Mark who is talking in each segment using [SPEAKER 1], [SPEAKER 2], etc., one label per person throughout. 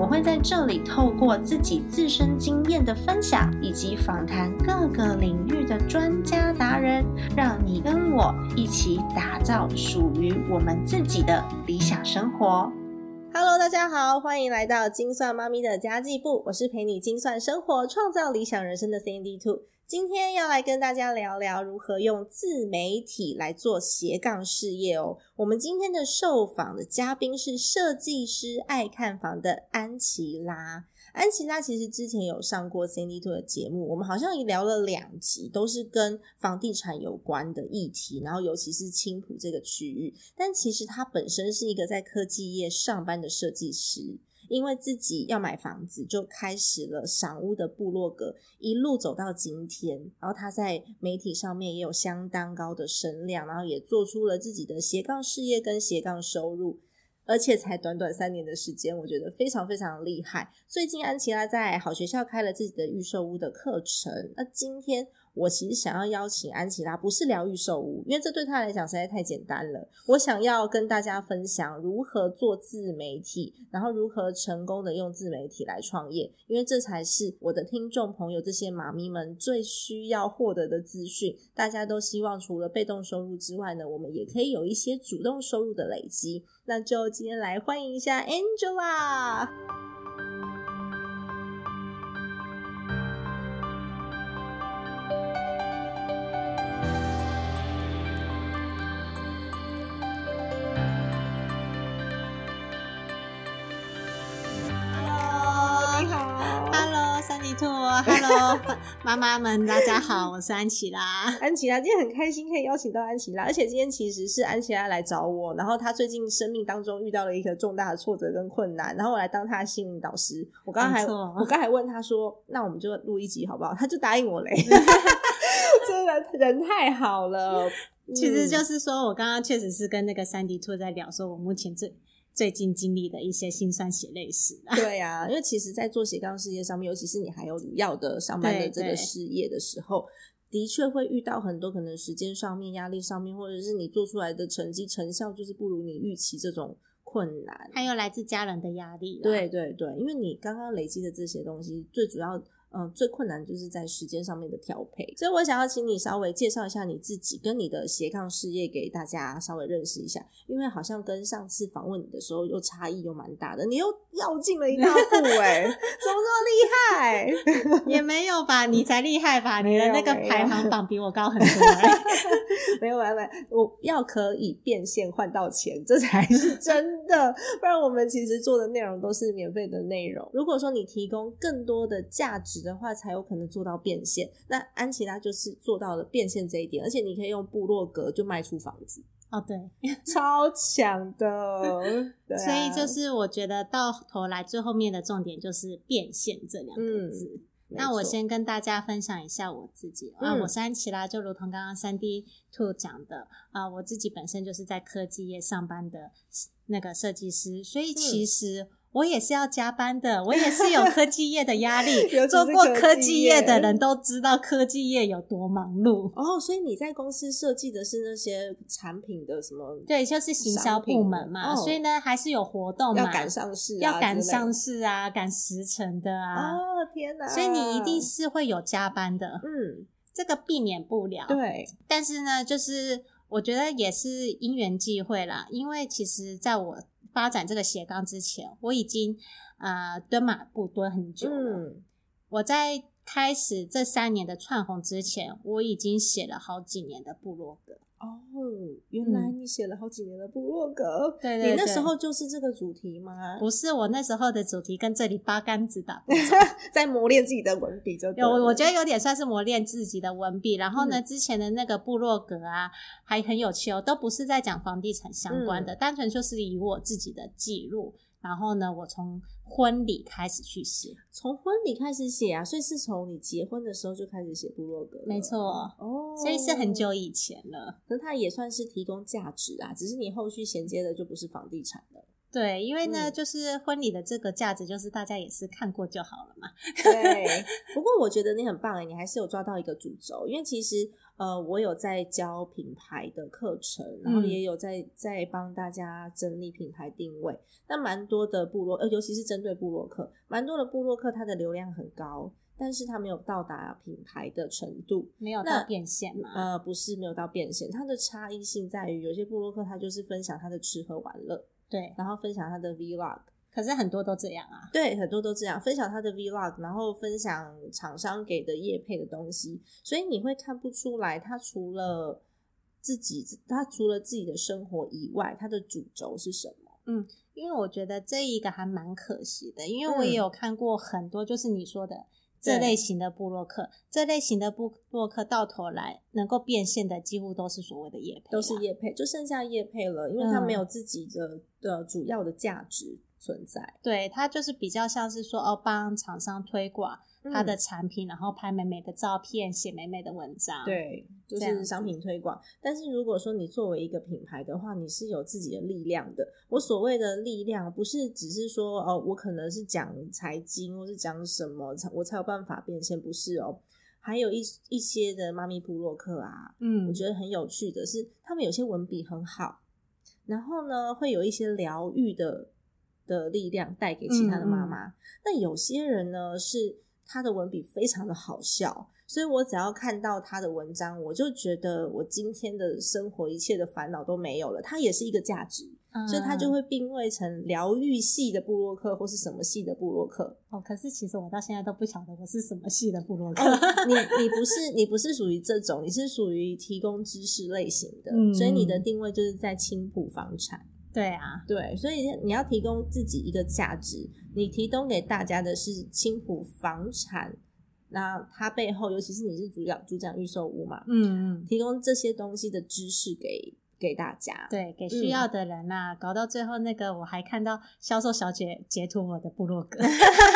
[SPEAKER 1] 我会在这里透过自己自身经验的分享，以及访谈各个领域的专家达人，让你跟我一起打造属于我们自己的理想生活。
[SPEAKER 2] Hello，大家好，欢迎来到精算妈咪的家计部，我是陪你精算生活、创造理想人生的 Sandy Two。今天要来跟大家聊聊如何用自媒体来做斜杠事业哦。我们今天的受访的嘉宾是设计师爱看房的安琪拉。安琪拉其实之前有上过 Sandy Two 的节目，我们好像也聊了两集，都是跟房地产有关的议题，然后尤其是青浦这个区域。但其实她本身是一个在科技业上班的设计师。因为自己要买房子，就开始了赏屋的部落格，一路走到今天。然后他在媒体上面也有相当高的声量，然后也做出了自己的斜杠事业跟斜杠收入，而且才短短三年的时间，我觉得非常非常厉害。最近安琪拉在好学校开了自己的预售屋的课程，那今天。我其实想要邀请安琪拉，不是聊预售屋，因为这对她来讲实在太简单了。我想要跟大家分享如何做自媒体，然后如何成功的用自媒体来创业，因为这才是我的听众朋友这些妈咪们最需要获得的资讯。大家都希望除了被动收入之外呢，我们也可以有一些主动收入的累积。那就今天来欢迎一下 Angela。
[SPEAKER 3] Hello，三级兔，Hello，妈 妈们，大家好，我是安琪拉。
[SPEAKER 2] 安琪拉今天很开心可以邀请到安琪拉，而且今天其实是安琪拉来找我，然后她最近生命当中遇到了一个重大的挫折跟困难，然后我来当她的心灵导师。我刚刚还
[SPEAKER 3] 没错
[SPEAKER 2] 我刚才问她说，那我们就录一集好不好？她就答应 我嘞， 真的人太好了。
[SPEAKER 3] 其实
[SPEAKER 2] 嗯
[SPEAKER 3] 就是说我刚刚确实是跟那个三级兔在聊，说我目前最最近经历的一些辛酸血泪史 啊。
[SPEAKER 2] 对啊，因为其实，在做斜杠事业上面，尤其是你还有你要的上班的
[SPEAKER 3] 对
[SPEAKER 2] 这个
[SPEAKER 3] 对
[SPEAKER 2] 事业的时候，的确会遇到很多可能时间上面、压力上面，或者是你做出来的成绩成效就是不如你预期这种困难。
[SPEAKER 3] 还有来自家人的压力啦，啊
[SPEAKER 2] 对对对，因为你刚刚累积的这些东西，最主要。嗯，最困难就是在时间上面的调配，所以我想要请你稍微介绍一下你自己跟你的斜杠事业给大家稍微认识一下，因为好像跟上次访问你的时候又差异又蛮大的，你又绕进了一大步哎、怎么这么厉害？
[SPEAKER 3] 也没有吧？你才厉害 吧？
[SPEAKER 2] 没
[SPEAKER 3] 你
[SPEAKER 2] 有
[SPEAKER 3] 的那个
[SPEAKER 2] 没有
[SPEAKER 3] 排行榜比我高很多欸。
[SPEAKER 2] 没有，没有，没有我要可以变现换到钱，这才是真的。 不然我们其实做的内容都是免费的内容。如果说你提供更多的价值的话，才有可能做到变现。那安琪拉就是做到了变现这一点，而且你可以用部落格就卖出房子，
[SPEAKER 3] 哦，对，
[SPEAKER 2] 超强的。 对啊
[SPEAKER 3] 所以就是我觉得到头来最后面的重点就是变现这两个
[SPEAKER 2] 嗯
[SPEAKER 3] 字。
[SPEAKER 2] 没
[SPEAKER 3] 那我
[SPEAKER 2] 错
[SPEAKER 3] 先跟大家分享一下我自己啊、
[SPEAKER 2] 嗯
[SPEAKER 3] 我是安琪拉，就如同刚刚三 D Two 讲的啊、我自己本身就是在科技业上班的那个设计师，所以其实我也是要加班的，我也是有科技业的压 力
[SPEAKER 2] 尤其是。
[SPEAKER 3] 做过
[SPEAKER 2] 科
[SPEAKER 3] 科
[SPEAKER 2] 技
[SPEAKER 3] 技
[SPEAKER 2] 业
[SPEAKER 3] 业的人都知道科技业有多忙碌。
[SPEAKER 2] 哦，所以你在公司设计的是那些产品的什么？
[SPEAKER 3] 对，就是行销
[SPEAKER 2] 商品
[SPEAKER 3] 部门嘛，
[SPEAKER 2] 哦
[SPEAKER 3] 所以呢还是有活动嘛，
[SPEAKER 2] 要赶上市、啊，
[SPEAKER 3] 要赶上。市啊，赶时辰的啊，
[SPEAKER 2] 哦，天哪！
[SPEAKER 3] 所以你一定是会有加班的，
[SPEAKER 2] 嗯，
[SPEAKER 3] 这个避免不了。
[SPEAKER 2] 对，
[SPEAKER 3] 但是呢，就是我觉得也是因缘际会啦，因为其实在我发展这个斜杠之前，我已经呃蹲马步蹲很久了。
[SPEAKER 2] 嗯。
[SPEAKER 3] 我在开始这三年的窜红之前，我已经写了好几年的部落格。
[SPEAKER 2] 哦，原来
[SPEAKER 3] 嗯
[SPEAKER 2] 你写了好几年的部落格，
[SPEAKER 3] 对对
[SPEAKER 2] 你那
[SPEAKER 3] 对
[SPEAKER 2] 时候就是这个主题吗？
[SPEAKER 3] 不是我那时候的主题跟这里八竿子打不
[SPEAKER 2] 在磨练自己的文笔就对嗯
[SPEAKER 3] 有，
[SPEAKER 2] 了
[SPEAKER 3] 我觉得有点算是磨练自己的文笔。然后呢，之前的那个部落格啊，
[SPEAKER 2] 嗯
[SPEAKER 3] 还很有趣哦，都不是在讲房地产相关的，单纯就是以我自己的记录。然后呢，我从婚礼开始去写，
[SPEAKER 2] 从婚礼开始写啊，所以是从你结婚的时候就开始写部落格，
[SPEAKER 3] 没，错，
[SPEAKER 2] 哦，
[SPEAKER 3] 所以是很，久以前了。
[SPEAKER 2] 可是它也算是提供价值啊，只是你后续衔接的就不是房地产了，
[SPEAKER 3] 对，因为呢，
[SPEAKER 2] 嗯
[SPEAKER 3] 就是婚礼的这个价值，就是大家也是看过就好了嘛。
[SPEAKER 2] 对，不过我觉得你很棒哎、你还是有抓到一个主轴，因为其实呃，我有在教品牌的课程，然后
[SPEAKER 3] 嗯
[SPEAKER 2] 也有在、在帮大家整理品牌定位。那蛮多的部落，呃，尤其是针对部落客，蛮多的部落客它的流量很高，但是它没有到达品牌的程度。
[SPEAKER 3] 没有
[SPEAKER 2] 那
[SPEAKER 3] 到变现嘛？
[SPEAKER 2] 呃，不是没有到变现，它的差异性在于有些部落客他就是分享他的吃喝玩乐，
[SPEAKER 3] 对，
[SPEAKER 2] 然后分享他的 vlog，
[SPEAKER 3] 可是很多都这样啊。
[SPEAKER 2] 对，很多都这样，分享他的 vlog，然后分享厂商给的业配的东西，所以你会看不出来，他除了自己，他除了自己的生活以外，他的主轴是什么？
[SPEAKER 3] 因为我觉得这一个还蛮可惜的，因为我
[SPEAKER 2] 嗯
[SPEAKER 3] 也有看过很多，就是你说的这类型的部落客，这类型的部落客到头来能够变现的，几乎都是所谓的业配啊，
[SPEAKER 2] 都是业配，就剩下业配了，因为他
[SPEAKER 3] 嗯
[SPEAKER 2] 没有自己的的、主要的价值存在。
[SPEAKER 3] 对，它就是比较像是说哦，帮厂商推广它的
[SPEAKER 2] 嗯
[SPEAKER 3] 产品，然后拍美美的照片，写美美的文章，，
[SPEAKER 2] 对，就
[SPEAKER 3] 这样
[SPEAKER 2] 是商
[SPEAKER 3] 子
[SPEAKER 2] 品推广。但是如果说你作为一个品牌的话，你是有自己的力量的。我所谓的力量，不是只是说哦，我可能是讲财经，或是讲什么，才我才有办法变现，不是哦。还有一一些的妈咪部落客啊，我
[SPEAKER 3] 嗯，
[SPEAKER 2] 觉得很有趣的是，他们有些文笔很好，然后呢，会有一些疗愈的的力量带给其他的妈妈。那有些人呢，是他的文笔非常的好笑，所以我只要看到他的文章，我就觉得我今天的生活一切的烦恼都没有了。它也是一个价值，所以它就
[SPEAKER 3] 嗯
[SPEAKER 2] 会定位成疗愈系的部落客或是什么系的部落客。
[SPEAKER 3] 哦。可是其实我到现在都不晓得我是什么系的部落客，
[SPEAKER 2] 哦，你你不是你不是属于这种，你是属于提供知识类型的，
[SPEAKER 3] 嗯
[SPEAKER 2] 所以你的定位就是在青浦房产。
[SPEAKER 3] 对啊，
[SPEAKER 2] 对，所以你要提供自己一个价值，你提供给大家的是青浦房产，那它背后，尤其是你是主讲主讲预售屋嘛，
[SPEAKER 3] 嗯嗯。
[SPEAKER 2] 提供这些东西的知识给给大家。
[SPEAKER 3] 对，给需
[SPEAKER 2] 嗯
[SPEAKER 3] 要的人呐、搞到最后那个，我还看到销售小姐截图我的部落 格，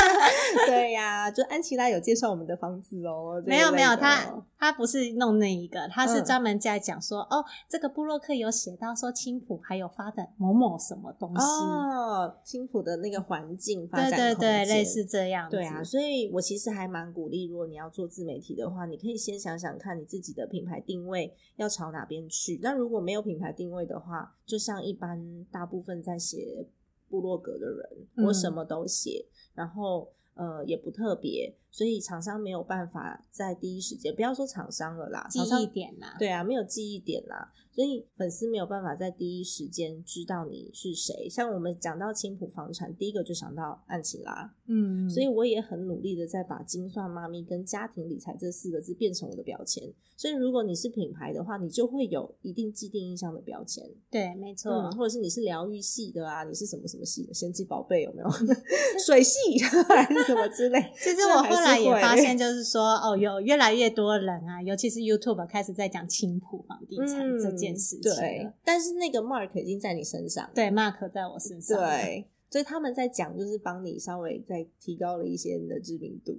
[SPEAKER 2] 对呀、就安琪拉有介绍我们的房子哦，这
[SPEAKER 3] 没有
[SPEAKER 2] 一类
[SPEAKER 3] 没有，
[SPEAKER 2] 的
[SPEAKER 3] 他他不是弄那一个，他是
[SPEAKER 2] 嗯
[SPEAKER 3] 专门在讲说，哦，这个部落客有写到说青浦还有发展某某什么东西，
[SPEAKER 2] 哦，青浦的那个环境发
[SPEAKER 3] 嗯对
[SPEAKER 2] 展
[SPEAKER 3] 对
[SPEAKER 2] 空
[SPEAKER 3] 对，
[SPEAKER 2] 间
[SPEAKER 3] 类似这样子，
[SPEAKER 2] 对啊，所以我其实还蛮鼓励，如果你要做自媒体的话，你可以先想想看你自己的品牌定位要朝哪边去。那如果没有品牌定位的话，就像一般大部分在写部落格的人，
[SPEAKER 3] 嗯
[SPEAKER 2] 我什么都写，然后呃也不特别，所以厂商没有办法在第一时间，不要说厂商了啦，
[SPEAKER 3] 记
[SPEAKER 2] 厂商
[SPEAKER 3] 忆点呐、
[SPEAKER 2] 对啊，没有记忆点啦，所以粉丝没有办法在第一时间知道你是谁。像我们讲到青浦房产，第一个就想到安琪拉，
[SPEAKER 3] 嗯，
[SPEAKER 2] 所以我也很努力的在把“精算妈咪”跟“家庭理财”这四个字变成我的标签。所以如果你是品牌的话，你就会有一定既定印象的标签，
[SPEAKER 3] 对，啊没错，
[SPEAKER 2] 嗯，或者是你是疗愈系的啊，你是什么什么系的，神奇宝贝有没有？ 水系 还是什么之类？
[SPEAKER 3] 其实
[SPEAKER 2] 这
[SPEAKER 3] 我
[SPEAKER 2] 还
[SPEAKER 3] 后
[SPEAKER 2] 是
[SPEAKER 3] 来也
[SPEAKER 2] 会
[SPEAKER 3] 发 现，就是说，哦，有越来越多人啊，尤其是 YouTube 开始在讲青浦房地产这件事情
[SPEAKER 2] 嗯对
[SPEAKER 3] 了。，
[SPEAKER 2] 但是那个 mark 已经在你身上了，
[SPEAKER 3] 对，Mark 在我身上了，
[SPEAKER 2] 对，所以他们在讲，就是帮你稍微再提高了一些你的知名 度，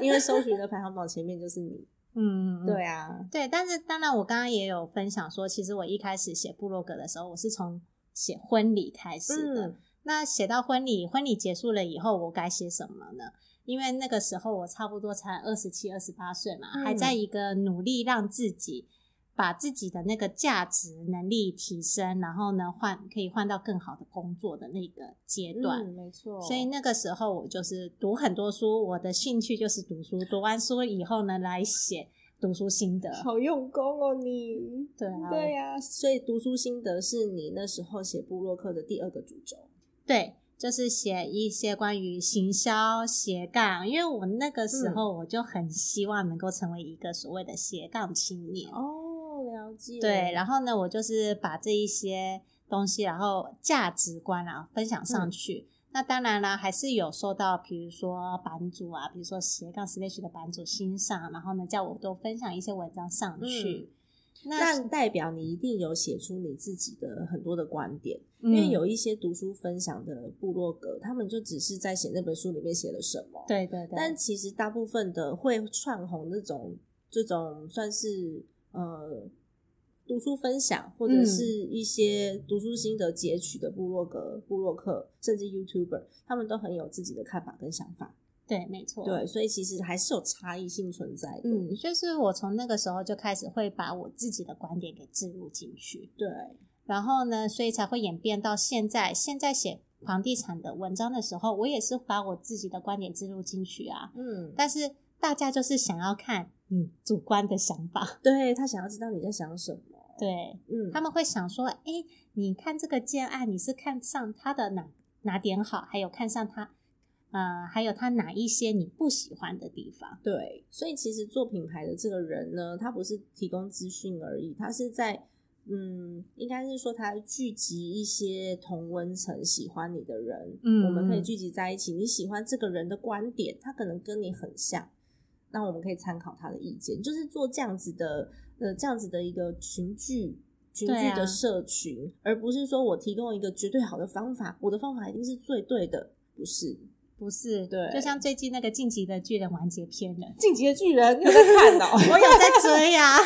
[SPEAKER 2] 因为搜寻的排行榜前面就是你。
[SPEAKER 3] 嗯，嗯，嗯
[SPEAKER 2] 对啊，
[SPEAKER 3] 对，但是当然，我刚刚也有分享说，其实我一开始写部落格的时候，我是从写婚礼开始的。
[SPEAKER 2] 嗯
[SPEAKER 3] 那写到婚礼，婚礼结束了以后，我该写什么呢？因为那个时候我差不多才二十七、二十八岁嘛，还在
[SPEAKER 2] 嗯
[SPEAKER 3] 一个努力让自己把自己的那个价值能力提升，然后呢换可以换到更好的工作的那个阶段。
[SPEAKER 2] 嗯、没错。
[SPEAKER 3] 所以那个时候我就是读很多书，我的兴趣就是读书。读完书以后呢，来写读书心得。
[SPEAKER 2] 好用功哦你。
[SPEAKER 3] 对啊，
[SPEAKER 2] 对呀、所以读书心得是你那时候写部落客的第二个主轴。
[SPEAKER 3] 对，就是写一些关于行销斜杠，因为我那个时候
[SPEAKER 2] 嗯
[SPEAKER 3] 我就很希望能够成为一个所谓的斜杠青年。
[SPEAKER 2] 哦，了解。
[SPEAKER 3] 对，然
[SPEAKER 2] 后
[SPEAKER 3] 后呢，我就是把这一些东西，然后价值观啊分享上
[SPEAKER 2] 嗯
[SPEAKER 3] 去。那当然啦，还是有受到，比如说版主啊，比如说斜杠 slash 的版主欣赏，然后呢，叫我多分享一些文章上去。
[SPEAKER 2] 嗯
[SPEAKER 3] 那
[SPEAKER 2] 但代表你一定有写出你自己的很多的观点，因为
[SPEAKER 3] 嗯
[SPEAKER 2] 有一些读书分享的部落格，他们就只是在写那本书里面写了什么，
[SPEAKER 3] 对对对，
[SPEAKER 2] 但其实大部分的会串红这种这种算是呃读书分享，或者
[SPEAKER 3] 嗯
[SPEAKER 2] 是一些读书心得截取的部落格、部落客，甚至 YouTuber，他们都很有自己的看法跟想法。
[SPEAKER 3] 对，没错，
[SPEAKER 2] 对，所以其实还是有差异性存在的。
[SPEAKER 3] 嗯，就是我从那个时候就开始会把我自己的观点给置入进去，
[SPEAKER 2] 对，
[SPEAKER 3] 然后呢，所以才会演变到现在。现在写房地产的文章的时候，我也是把我自己的观点置入进去啊，
[SPEAKER 2] 嗯，
[SPEAKER 3] 但是大家就是想要看你主观的想法，
[SPEAKER 2] 对他想要知道你在想什么。
[SPEAKER 3] 对
[SPEAKER 2] 嗯，
[SPEAKER 3] 他们会想说，诶，你看这个建案，你是看上它的哪哪点好，还有看上它，呃，还有它哪一些你不喜欢的地方，
[SPEAKER 2] 对，所以其实做品牌的这个人呢，他不是提供资讯而已，他是在嗯，应该是说他聚集一些同温层喜欢你的人，
[SPEAKER 3] 嗯
[SPEAKER 2] 我们可以
[SPEAKER 3] 嗯
[SPEAKER 2] 聚集在一起。你喜欢这个人的观点，他可能跟你很像，那我们可以参考他的意见，就是做这样子的呃这样子的一个群聚。群
[SPEAKER 3] 对
[SPEAKER 2] 聚的
[SPEAKER 3] 啊
[SPEAKER 2] 社群，而不是说我提供一个绝对好的方法，我的方法一定是最对的，不是？
[SPEAKER 3] 不是？
[SPEAKER 2] 对
[SPEAKER 3] 就像最近那个《晋级的巨人》完结篇了。
[SPEAKER 2] 进击的巨人，你有在看哦？
[SPEAKER 3] 我有在追呀、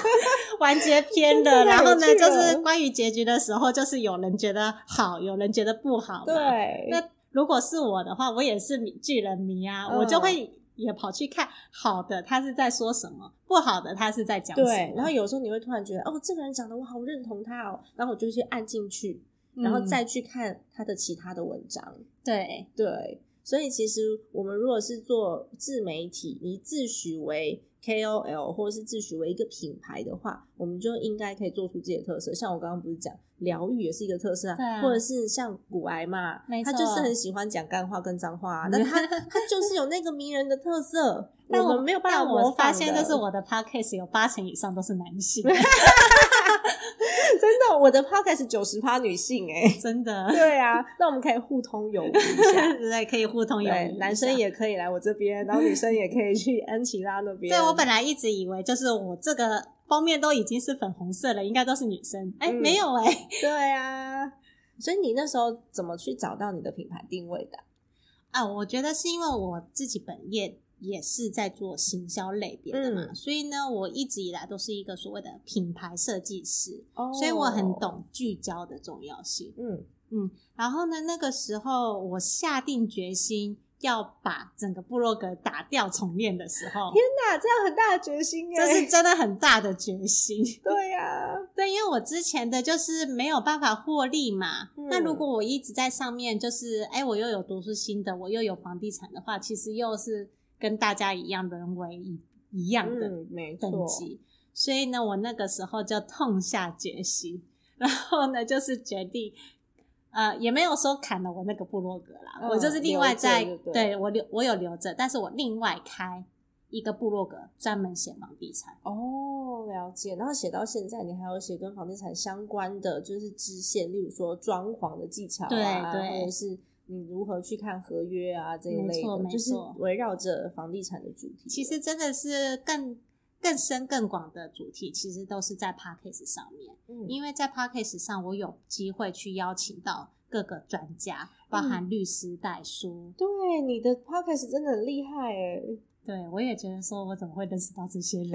[SPEAKER 3] 完结篇
[SPEAKER 2] 真的
[SPEAKER 3] 的。然后呢
[SPEAKER 2] 有，趣
[SPEAKER 3] 就
[SPEAKER 2] 哦
[SPEAKER 3] 是关于结局的时候，就是有人觉得好，有人觉得不好。，
[SPEAKER 2] 对，
[SPEAKER 3] 那如果是我的话，我也是迷巨人迷啊，
[SPEAKER 2] 嗯
[SPEAKER 3] 我就会也跑去看好的他是在说什么，不好的他是在讲什么。
[SPEAKER 2] 对，然后有时候你会突然觉得，哦，这个人讲的我好认同他哦，然后我就去按进去，
[SPEAKER 3] 嗯
[SPEAKER 2] 然后再去看他的其他的文章。
[SPEAKER 3] 对
[SPEAKER 2] 对，所以其实我们如果是做自媒体，你自诩为 KOL 或者是自诩为一个品牌的话，我们就应该可以做出自己的特色。像我刚刚不是讲疗愈也是一个特色
[SPEAKER 3] 对啊
[SPEAKER 2] 或者是像古癌嘛
[SPEAKER 3] 没，
[SPEAKER 2] 他就是
[SPEAKER 3] 错
[SPEAKER 2] 很喜欢讲干话跟脏 话、啊，那他他就是有那个迷人的特色，
[SPEAKER 3] 但
[SPEAKER 2] 我们没有办法
[SPEAKER 3] 但
[SPEAKER 2] 模
[SPEAKER 3] 我
[SPEAKER 2] 仿
[SPEAKER 3] 发
[SPEAKER 2] 的。
[SPEAKER 3] 现，就是我的 podcast 有八成以上都是男性，
[SPEAKER 2] 真的，我的 podcast 九十趴女性哎、
[SPEAKER 3] 真的。
[SPEAKER 2] 对啊，那我们可以互通有无 一下。
[SPEAKER 3] 对，可以互通有无
[SPEAKER 2] 啊
[SPEAKER 3] 啊
[SPEAKER 2] 对，男生也可以来我这边，然后女生也可以去安琪拉那边。
[SPEAKER 3] 对，我本来一直以为就是我这个封面都已经是粉红色了，应该都是女生。哎、
[SPEAKER 2] 嗯
[SPEAKER 3] 没有哎、
[SPEAKER 2] 对啊，所以你那时候怎么去找到你的品牌定位的？
[SPEAKER 3] 啊，我觉得是因为我自己本业也是在做行销类别的嘛，
[SPEAKER 2] 嗯
[SPEAKER 3] 所以呢，我一直以来都是一个所谓的品牌设计师，
[SPEAKER 2] 哦
[SPEAKER 3] 所以我很。懂聚焦的重要性。
[SPEAKER 2] 嗯
[SPEAKER 3] 然后呢，那个时候我下定决心要把整个部落格打掉重练的时候，
[SPEAKER 2] 那这样很大的决心
[SPEAKER 3] 这
[SPEAKER 2] 哎、
[SPEAKER 3] 是真的很大的决心。
[SPEAKER 2] 对呀、啊，
[SPEAKER 3] 对，因为我之前的就是没有办法获利嘛。
[SPEAKER 2] 嗯
[SPEAKER 3] 那如果我一直在上面，就是哎，我又有读书心得，我又有房地产的话，其实又是跟大家一样沦为一一样的
[SPEAKER 2] 嗯，没错，
[SPEAKER 3] 等级。所以呢，我那个时候就痛下决心， 然后呢，就是决定。呃，也没有说砍了我那个部落格啦，
[SPEAKER 2] 嗯
[SPEAKER 3] 我就是另外
[SPEAKER 2] 留着
[SPEAKER 3] 在
[SPEAKER 2] 就对
[SPEAKER 3] 我留我有留着，但是我另外开一个部落格专门写房地产。
[SPEAKER 2] 哦，了解。然后写到现在，你还有写跟房地产相关的，就是支线，例如说装潢的技巧啊，
[SPEAKER 3] 对对
[SPEAKER 2] 或者是你如何去看合约啊这一
[SPEAKER 3] 没
[SPEAKER 2] 类
[SPEAKER 3] 错
[SPEAKER 2] 的，
[SPEAKER 3] 没
[SPEAKER 2] 就是
[SPEAKER 3] 错
[SPEAKER 2] 围绕着房地产的主题。
[SPEAKER 3] 其实真的是更更深更广的主题，其实都是在 p a c k a g e 上面，
[SPEAKER 2] 嗯，
[SPEAKER 3] 因为在 p a c k a g e 上，我有机会去邀请到各个专家，包
[SPEAKER 2] 嗯
[SPEAKER 3] 含律师、代书。
[SPEAKER 2] 对你的 podcast 真的很厉害哎。
[SPEAKER 3] 对我也觉得说，我怎么会认识到这些 人？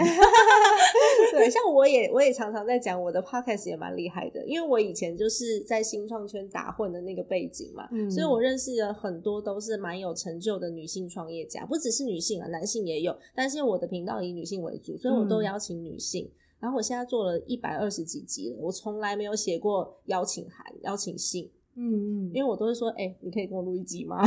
[SPEAKER 2] 对，像我也我也常常在讲我的 podcast 也蛮厉害的，因为我以前就是在新创圈打混的那个背景嘛，
[SPEAKER 3] 嗯
[SPEAKER 2] 所以我认识了很多都是蛮有成就的女性创业家，不只是女性啊，男性也有，但是我的频道以女性为主，所以我都
[SPEAKER 3] 嗯
[SPEAKER 2] 邀请女性。然后我现在做了一百二十几集了，我从来没有写过邀请函、邀请信，
[SPEAKER 3] 嗯嗯，
[SPEAKER 2] 因为我都是说，哎、你可以跟我录一集吗？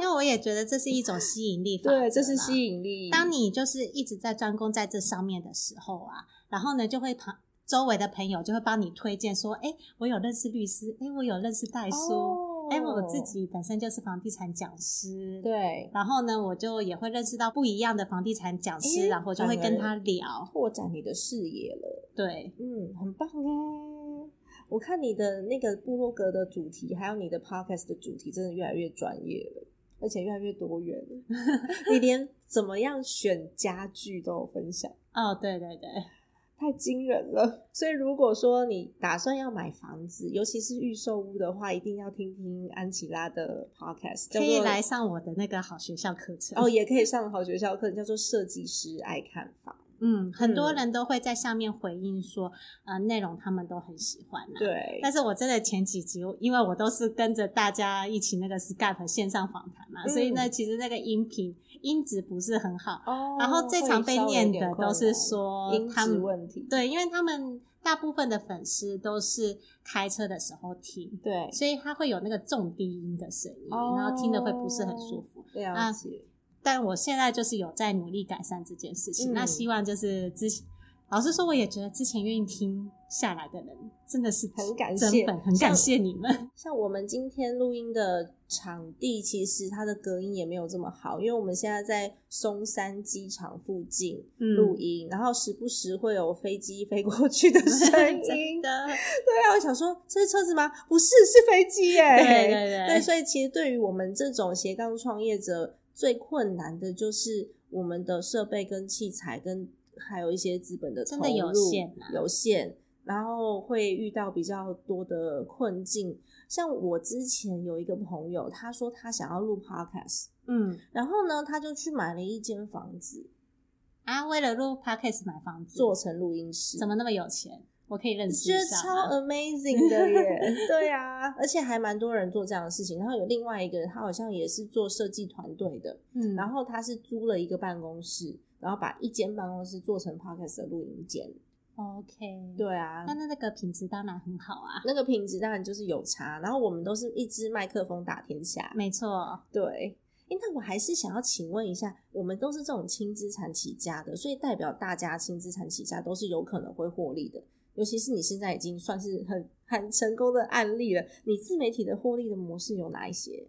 [SPEAKER 3] 因为我也觉得这是一种吸引力法则啦。
[SPEAKER 2] 对，这是吸引力。
[SPEAKER 3] 当你就是一直在专攻在这上面的时候啊，然后呢，就会旁周围的朋友就会帮你推荐说，哎，我有认识律师，哎，我有认识代书，
[SPEAKER 2] 哦
[SPEAKER 3] 哎，我自己本身就是房地产讲师，。
[SPEAKER 2] 对
[SPEAKER 3] 然后呢，我就也会认识到不一样的房地产讲师，
[SPEAKER 2] 哎
[SPEAKER 3] 然后就会跟他
[SPEAKER 2] 反
[SPEAKER 3] 聊。
[SPEAKER 2] 拓展你的视野了。
[SPEAKER 3] 对，
[SPEAKER 2] 嗯，很棒哎！我看你的那个部落格的主题，还有你的 podcast 的主题，真的越来越专业了，而且越来越多元了。 你连怎么样选家具都有分享，
[SPEAKER 3] 哦，对对对，
[SPEAKER 2] 太惊人了。所以如果说你打算要买房子，尤其是预售屋的话，一定要听听安琪拉的 podcast，叫
[SPEAKER 3] 可
[SPEAKER 2] 做
[SPEAKER 3] 以来上我的那个好学校课程
[SPEAKER 2] 哦，也可以上好学校课，叫做设计师爱看房。
[SPEAKER 3] 嗯，很多
[SPEAKER 2] 嗯
[SPEAKER 3] 人都会在下面回应说，呃，内容他们都很喜欢、啊。
[SPEAKER 2] 对，
[SPEAKER 3] 但是我真的前几集，因为我都是跟着大家一起那个 Skype 线上访谈嘛，
[SPEAKER 2] 嗯
[SPEAKER 3] 所以呢，其实那个音频音质不是很好。
[SPEAKER 2] 哦
[SPEAKER 3] 然后最常被念的都是
[SPEAKER 2] 会稍
[SPEAKER 3] 说
[SPEAKER 2] 微有点困扰音
[SPEAKER 3] 他
[SPEAKER 2] 质
[SPEAKER 3] 们
[SPEAKER 2] 问题，
[SPEAKER 3] 对，因为他们大部分的粉丝都是开车的时候听，
[SPEAKER 2] 对
[SPEAKER 3] 所以他会有那个重低音的声音，
[SPEAKER 2] 哦
[SPEAKER 3] 然后听的会不是很舒服。
[SPEAKER 2] 了
[SPEAKER 3] 啊
[SPEAKER 2] 解。
[SPEAKER 3] 但我现在就是有在努力改善这件事
[SPEAKER 2] 嗯
[SPEAKER 3] 情。那希望就是之前，老实说，我也觉得之前愿意听下来的人真的是
[SPEAKER 2] 很感
[SPEAKER 3] 真
[SPEAKER 2] 谢
[SPEAKER 3] 本很感谢你们。
[SPEAKER 2] 像我们今天录音的场地，其实它的隔音也没有这么好，因为我们现在在松山机场附近
[SPEAKER 3] 嗯
[SPEAKER 2] 录音，然后时不时会有飞机飞过去的声 音。
[SPEAKER 3] 真的，
[SPEAKER 2] 对啊，我想说这是车子吗？不是，是飞机耶。
[SPEAKER 3] 对对对
[SPEAKER 2] 对，所以其实对于我们这种斜杠创业者，最困难的就是我们的设备跟器材跟还有一些资本的
[SPEAKER 3] 真
[SPEAKER 2] 投
[SPEAKER 3] 的有
[SPEAKER 2] 入
[SPEAKER 3] 限啊
[SPEAKER 2] 有限，然后会遇到比较多的困境。像我之前有一个朋友，他说他想要录 podcast，
[SPEAKER 3] 嗯
[SPEAKER 2] 然后呢，他就去买了一间房子，
[SPEAKER 3] 啊，为了录 podcast 买房子，
[SPEAKER 2] 做成录音室，
[SPEAKER 3] 怎么那么有钱？我可以认识
[SPEAKER 2] 觉
[SPEAKER 3] 一
[SPEAKER 2] 得
[SPEAKER 3] 下
[SPEAKER 2] 超
[SPEAKER 3] 吗。
[SPEAKER 2] amazing 的 耶！对啊，而且还蛮多人做这样的事情。然后有另外一个，他好像也是做设计团队的，
[SPEAKER 3] 嗯，
[SPEAKER 2] 然后他是租了一个办公室，然后把一间办公室做成 podcast 的录音间。
[SPEAKER 3] OK，，
[SPEAKER 2] 对啊
[SPEAKER 3] 那，那那个品质当然很好啊，
[SPEAKER 2] 那个品质当然就是有差。然后我们都是一支麦克风打天下。
[SPEAKER 3] 没错，
[SPEAKER 2] 对，诶那我还是想要请问一下，我们都是这种轻资产起家的，所以代表大家轻资产起家都是有可能会获利的。尤其是你现在已经算是很很成功的案例了，你自媒体的获利的模式有哪一些？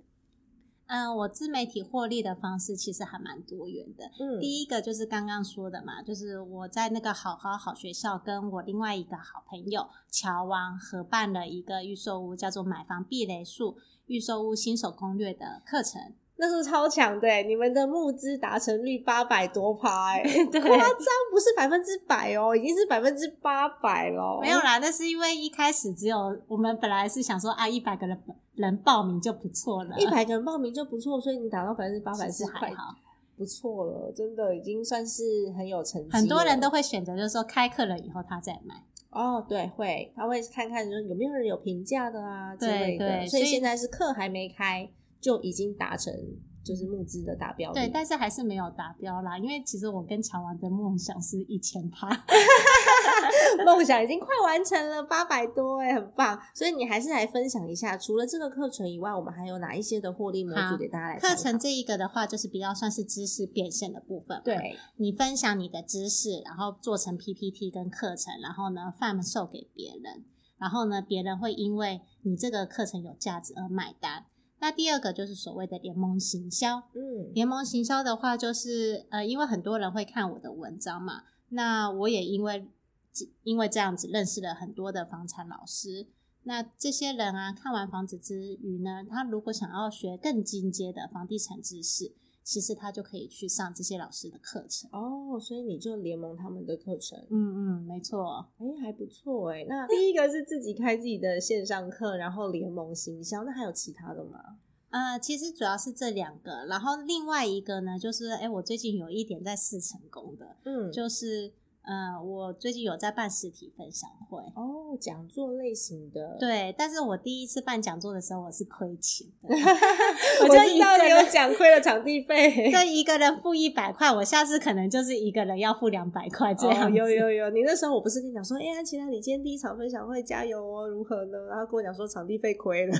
[SPEAKER 3] 嗯、我自媒体获利的方式其实还蛮多元的。
[SPEAKER 2] 嗯
[SPEAKER 3] 第一个就是刚刚说的嘛，就是我在那个好好好学校跟我另外一个好朋友乔王合办了一个预售屋，叫做“买房避雷术”预售屋新手攻略的 课程。
[SPEAKER 2] 那时候超强的、欸你们的募资达成率八百多趴、欸，
[SPEAKER 3] 对
[SPEAKER 2] 夸张不是百分之百哦，已经是百分之八百了。
[SPEAKER 3] 没有啦，那是因为一开始只有我们本来是想说啊，一百个人人报名就不错了，
[SPEAKER 2] 一百个人报名就不错，所以你达到百分之八百
[SPEAKER 3] 其
[SPEAKER 2] 是
[SPEAKER 3] 实
[SPEAKER 2] 快
[SPEAKER 3] 还好。
[SPEAKER 2] 不错了，真的已经算是很有成绩了。
[SPEAKER 3] 很多人都会选择就是说开课了以后他再买，
[SPEAKER 2] 哦，对，会，他会看看就是有没有人有评价的啊之类的。
[SPEAKER 3] 对对
[SPEAKER 2] 所以
[SPEAKER 3] 所以
[SPEAKER 2] 现在是课还没开，就已经达成就是募资的达标率。
[SPEAKER 3] 对，但是还是没有达标啦，因为其实我跟乔王的梦想是一千趴，
[SPEAKER 2] 梦想已经快完成了，八百多哎，很棒。所以你还是来分享一下，除了这个课程以外，我们还有哪一些的获利模组
[SPEAKER 3] 好
[SPEAKER 2] 给大家来参
[SPEAKER 3] 课
[SPEAKER 2] 考
[SPEAKER 3] 程？这一个的话，就是比较算是知识变现的部分。，
[SPEAKER 2] 对，
[SPEAKER 3] 你分享你的知识，然后做成 PPT 跟课程，然后呢贩售给别人，然后呢别人会因为你这个课程有价值而买单。那第二个就是所谓的联盟行销，
[SPEAKER 2] 嗯，
[SPEAKER 3] 联盟行销的话，就是呃，因为很多人会看我的文章嘛，那我也因为因为这样子认识了很多的房产老师。那这些人啊，看完房子之余呢，他如果想要学更进阶的房地产知识，其实他就可以去上这些老师的课程。
[SPEAKER 2] 哦，所以你就联盟他们的课程，
[SPEAKER 3] 嗯嗯，没错。
[SPEAKER 2] 哎、还不错哎。那第一个是自己开自己的线上课，然后联盟行销，那还有其他的吗？
[SPEAKER 3] 呃，其实主要是这两个，然后另外一个呢，就是哎，我最近有一点在试成功的，
[SPEAKER 2] 嗯，
[SPEAKER 3] 就是呃，我最近有在办实体分享会，
[SPEAKER 2] 哦，讲座类型的，，
[SPEAKER 3] 对，但是我第一次办讲座的时候，我是亏钱的，
[SPEAKER 2] 哎我
[SPEAKER 3] 就
[SPEAKER 2] 就
[SPEAKER 3] 一
[SPEAKER 2] 知道
[SPEAKER 3] 个
[SPEAKER 2] 你有
[SPEAKER 3] 人
[SPEAKER 2] 讲亏了场地费。 哦
[SPEAKER 3] 对一个人付一百块，我下次可能就是一个人要付两百块这样、
[SPEAKER 2] 哦、有，有有，你那时候我不是跟你讲说，哎、安琪拉，你今天第一场分享会加油哦，如何呢？然后跟我讲说场地费亏 了，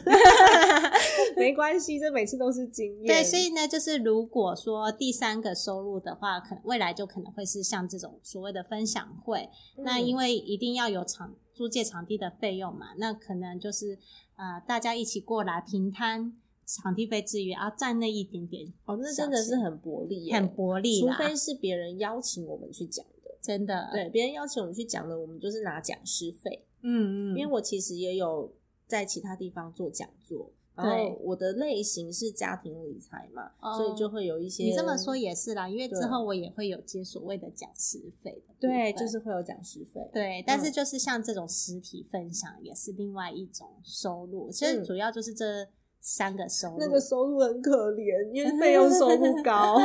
[SPEAKER 2] 没关系，这每次都是经验。
[SPEAKER 3] 对，所以呢，就是如果说第三个收入的话，可能未来就可能会是像这种所谓的分享会，那因
[SPEAKER 2] 为
[SPEAKER 3] 为一定要有场租借场地的费用嘛，那可能就是呃大家一起过来平摊场地费之余，啊占那一点点，
[SPEAKER 2] 哦，那真的是很薄利耶，
[SPEAKER 3] 很薄利
[SPEAKER 2] 除
[SPEAKER 3] 啦，
[SPEAKER 2] 非是别人邀请我们去讲的。
[SPEAKER 3] 真的，，
[SPEAKER 2] 对，别人邀请我们去讲的，我们就是拿讲师费。
[SPEAKER 3] 嗯嗯，
[SPEAKER 2] 因为我其实也有在其他地方做讲座，然后
[SPEAKER 3] 对
[SPEAKER 2] 我的类型是家庭理财嘛，
[SPEAKER 3] 哦
[SPEAKER 2] 所以就会有一些
[SPEAKER 3] 你这么说也是啦，因为之
[SPEAKER 2] 对
[SPEAKER 3] 后我也会有接所谓的讲师费的部
[SPEAKER 2] 对，
[SPEAKER 3] 分
[SPEAKER 2] 就是会有讲师费。
[SPEAKER 3] 对，但是
[SPEAKER 2] 嗯
[SPEAKER 3] 就是像这种实体分享也是另外一种收入，其实
[SPEAKER 2] 嗯
[SPEAKER 3] 主要就是这三个收入。
[SPEAKER 2] 那个收入很可怜，因为费用收 不高。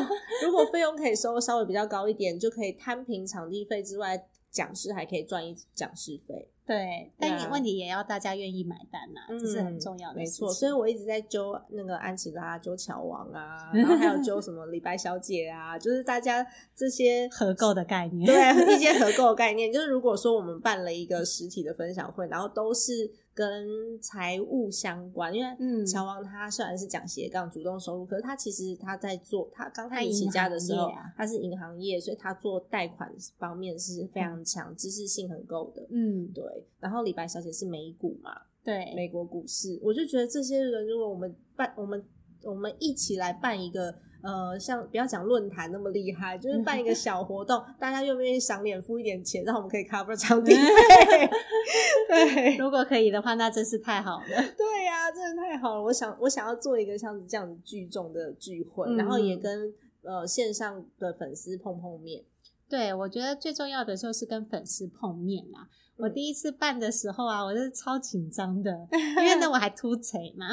[SPEAKER 2] 如果费用可以收稍微比较高一点，就可以摊平场地费之外，讲师还可以赚一讲师费，
[SPEAKER 3] 对，
[SPEAKER 2] 对
[SPEAKER 3] 但
[SPEAKER 2] 啊
[SPEAKER 3] 也问题也要大家愿意买单呐、这是很重要的
[SPEAKER 2] 嗯没
[SPEAKER 3] 事情。
[SPEAKER 2] 错，所以我一直在揪那个安琪拉、揪乔王 啊，然后还有揪什么李白小姐啊，就是大家这些
[SPEAKER 3] 合购的概 念，
[SPEAKER 2] 对啊一些合购的概念，就是如果说我们办了一个实体的分享会，然后都是跟财务相关，因为
[SPEAKER 3] 嗯
[SPEAKER 2] 乔王他虽然是讲斜杠主动收入，可是他其实他在做他刚开始
[SPEAKER 3] 他银
[SPEAKER 2] 起家的时候，
[SPEAKER 3] 行业啊
[SPEAKER 2] 他是银行业，所以他做贷款方面是非常强，知识性很够的。
[SPEAKER 3] 嗯，
[SPEAKER 2] 对，然后李白小姐是美股嘛，
[SPEAKER 3] 对，
[SPEAKER 2] 美国股市，我就觉得这些人，如果我们办，我们我们一起来办一个，呃，像不要讲论坛那么厉害，就是办一个小活 动，大家愿不愿意赏脸付一点钱，让我们可以 cover 场地费？
[SPEAKER 3] 嗯
[SPEAKER 2] 对
[SPEAKER 3] 如果可以的话，那真是太好 了。
[SPEAKER 2] 对呀、真的太好了！我想我想要做一个像这样子聚众的聚会，
[SPEAKER 3] 嗯
[SPEAKER 2] 然后也跟呃线上的粉丝碰碰面。
[SPEAKER 3] 对，我觉得最重要的就是跟粉丝碰面啦。我
[SPEAKER 2] 嗯
[SPEAKER 3] 第一次办的时候啊，我是超紧张 的，因为呢我还秃贼嘛，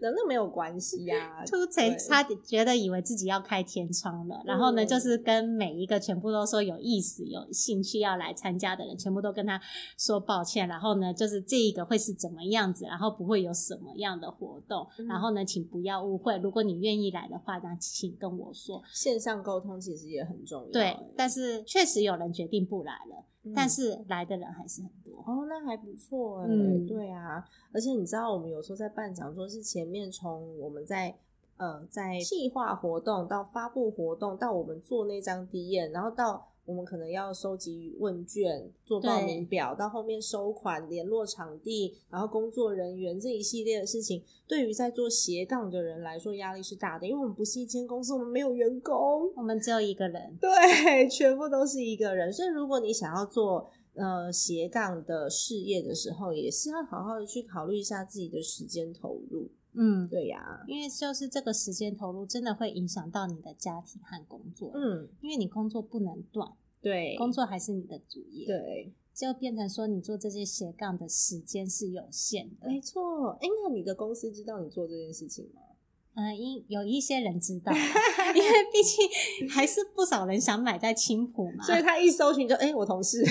[SPEAKER 2] 那那没有关系呀、
[SPEAKER 3] 秃贼
[SPEAKER 2] 对
[SPEAKER 3] 差点觉得以为自己要开天窗了。然后呢，
[SPEAKER 2] 嗯
[SPEAKER 3] 就是跟每一个全部都说有意思、有兴趣要来参加的人，全部都跟他说抱歉。然后呢，就是这一个会是怎么样子，然后不会有什么样的活动。
[SPEAKER 2] 嗯
[SPEAKER 3] 然后呢，请不要误会，如果你愿意来的话，那请跟我说。
[SPEAKER 2] 线上沟通其实也很重要、
[SPEAKER 3] 对
[SPEAKER 2] 欸，
[SPEAKER 3] 但是确实有人决定不来了，
[SPEAKER 2] 嗯
[SPEAKER 3] 但是来的人还是很多。
[SPEAKER 2] 哦，那还不错哎、
[SPEAKER 3] 嗯
[SPEAKER 2] 对啊，而且你知道，我们有时候在办讲座是前面从我们在呃在计划活动到发布活动，到我们做那张 D N，然后到我们可能要收集问卷、做报名表，到后面收款、联络场地，然后工作人员这一系列的事情，对于在做斜杠的人来说压力是大的，因为我们不是一间公司，我们没有员工，
[SPEAKER 3] 我们只有一个人，
[SPEAKER 2] 对，全部都是一个人。所以如果你想要做呃斜杠的事业的时候，也是要好好的去考虑一下自己的时间投入。
[SPEAKER 3] 嗯，
[SPEAKER 2] 对呀、
[SPEAKER 3] 因为就是这个时间投入真的会影响到你的家庭和工作，
[SPEAKER 2] 嗯，
[SPEAKER 3] 因为你工作不能断，
[SPEAKER 2] 对，
[SPEAKER 3] 工作还是你的主业，，
[SPEAKER 2] 对，
[SPEAKER 3] 就变成说你做这些斜杠的时间是有限的。
[SPEAKER 2] 没错。哎，那你的公司知道你做这件事情 吗？
[SPEAKER 3] 嗯，因有一些人知 道啊，因为毕竟还是不少人想买在青浦嘛，
[SPEAKER 2] 所以他一搜寻就哎，我同事，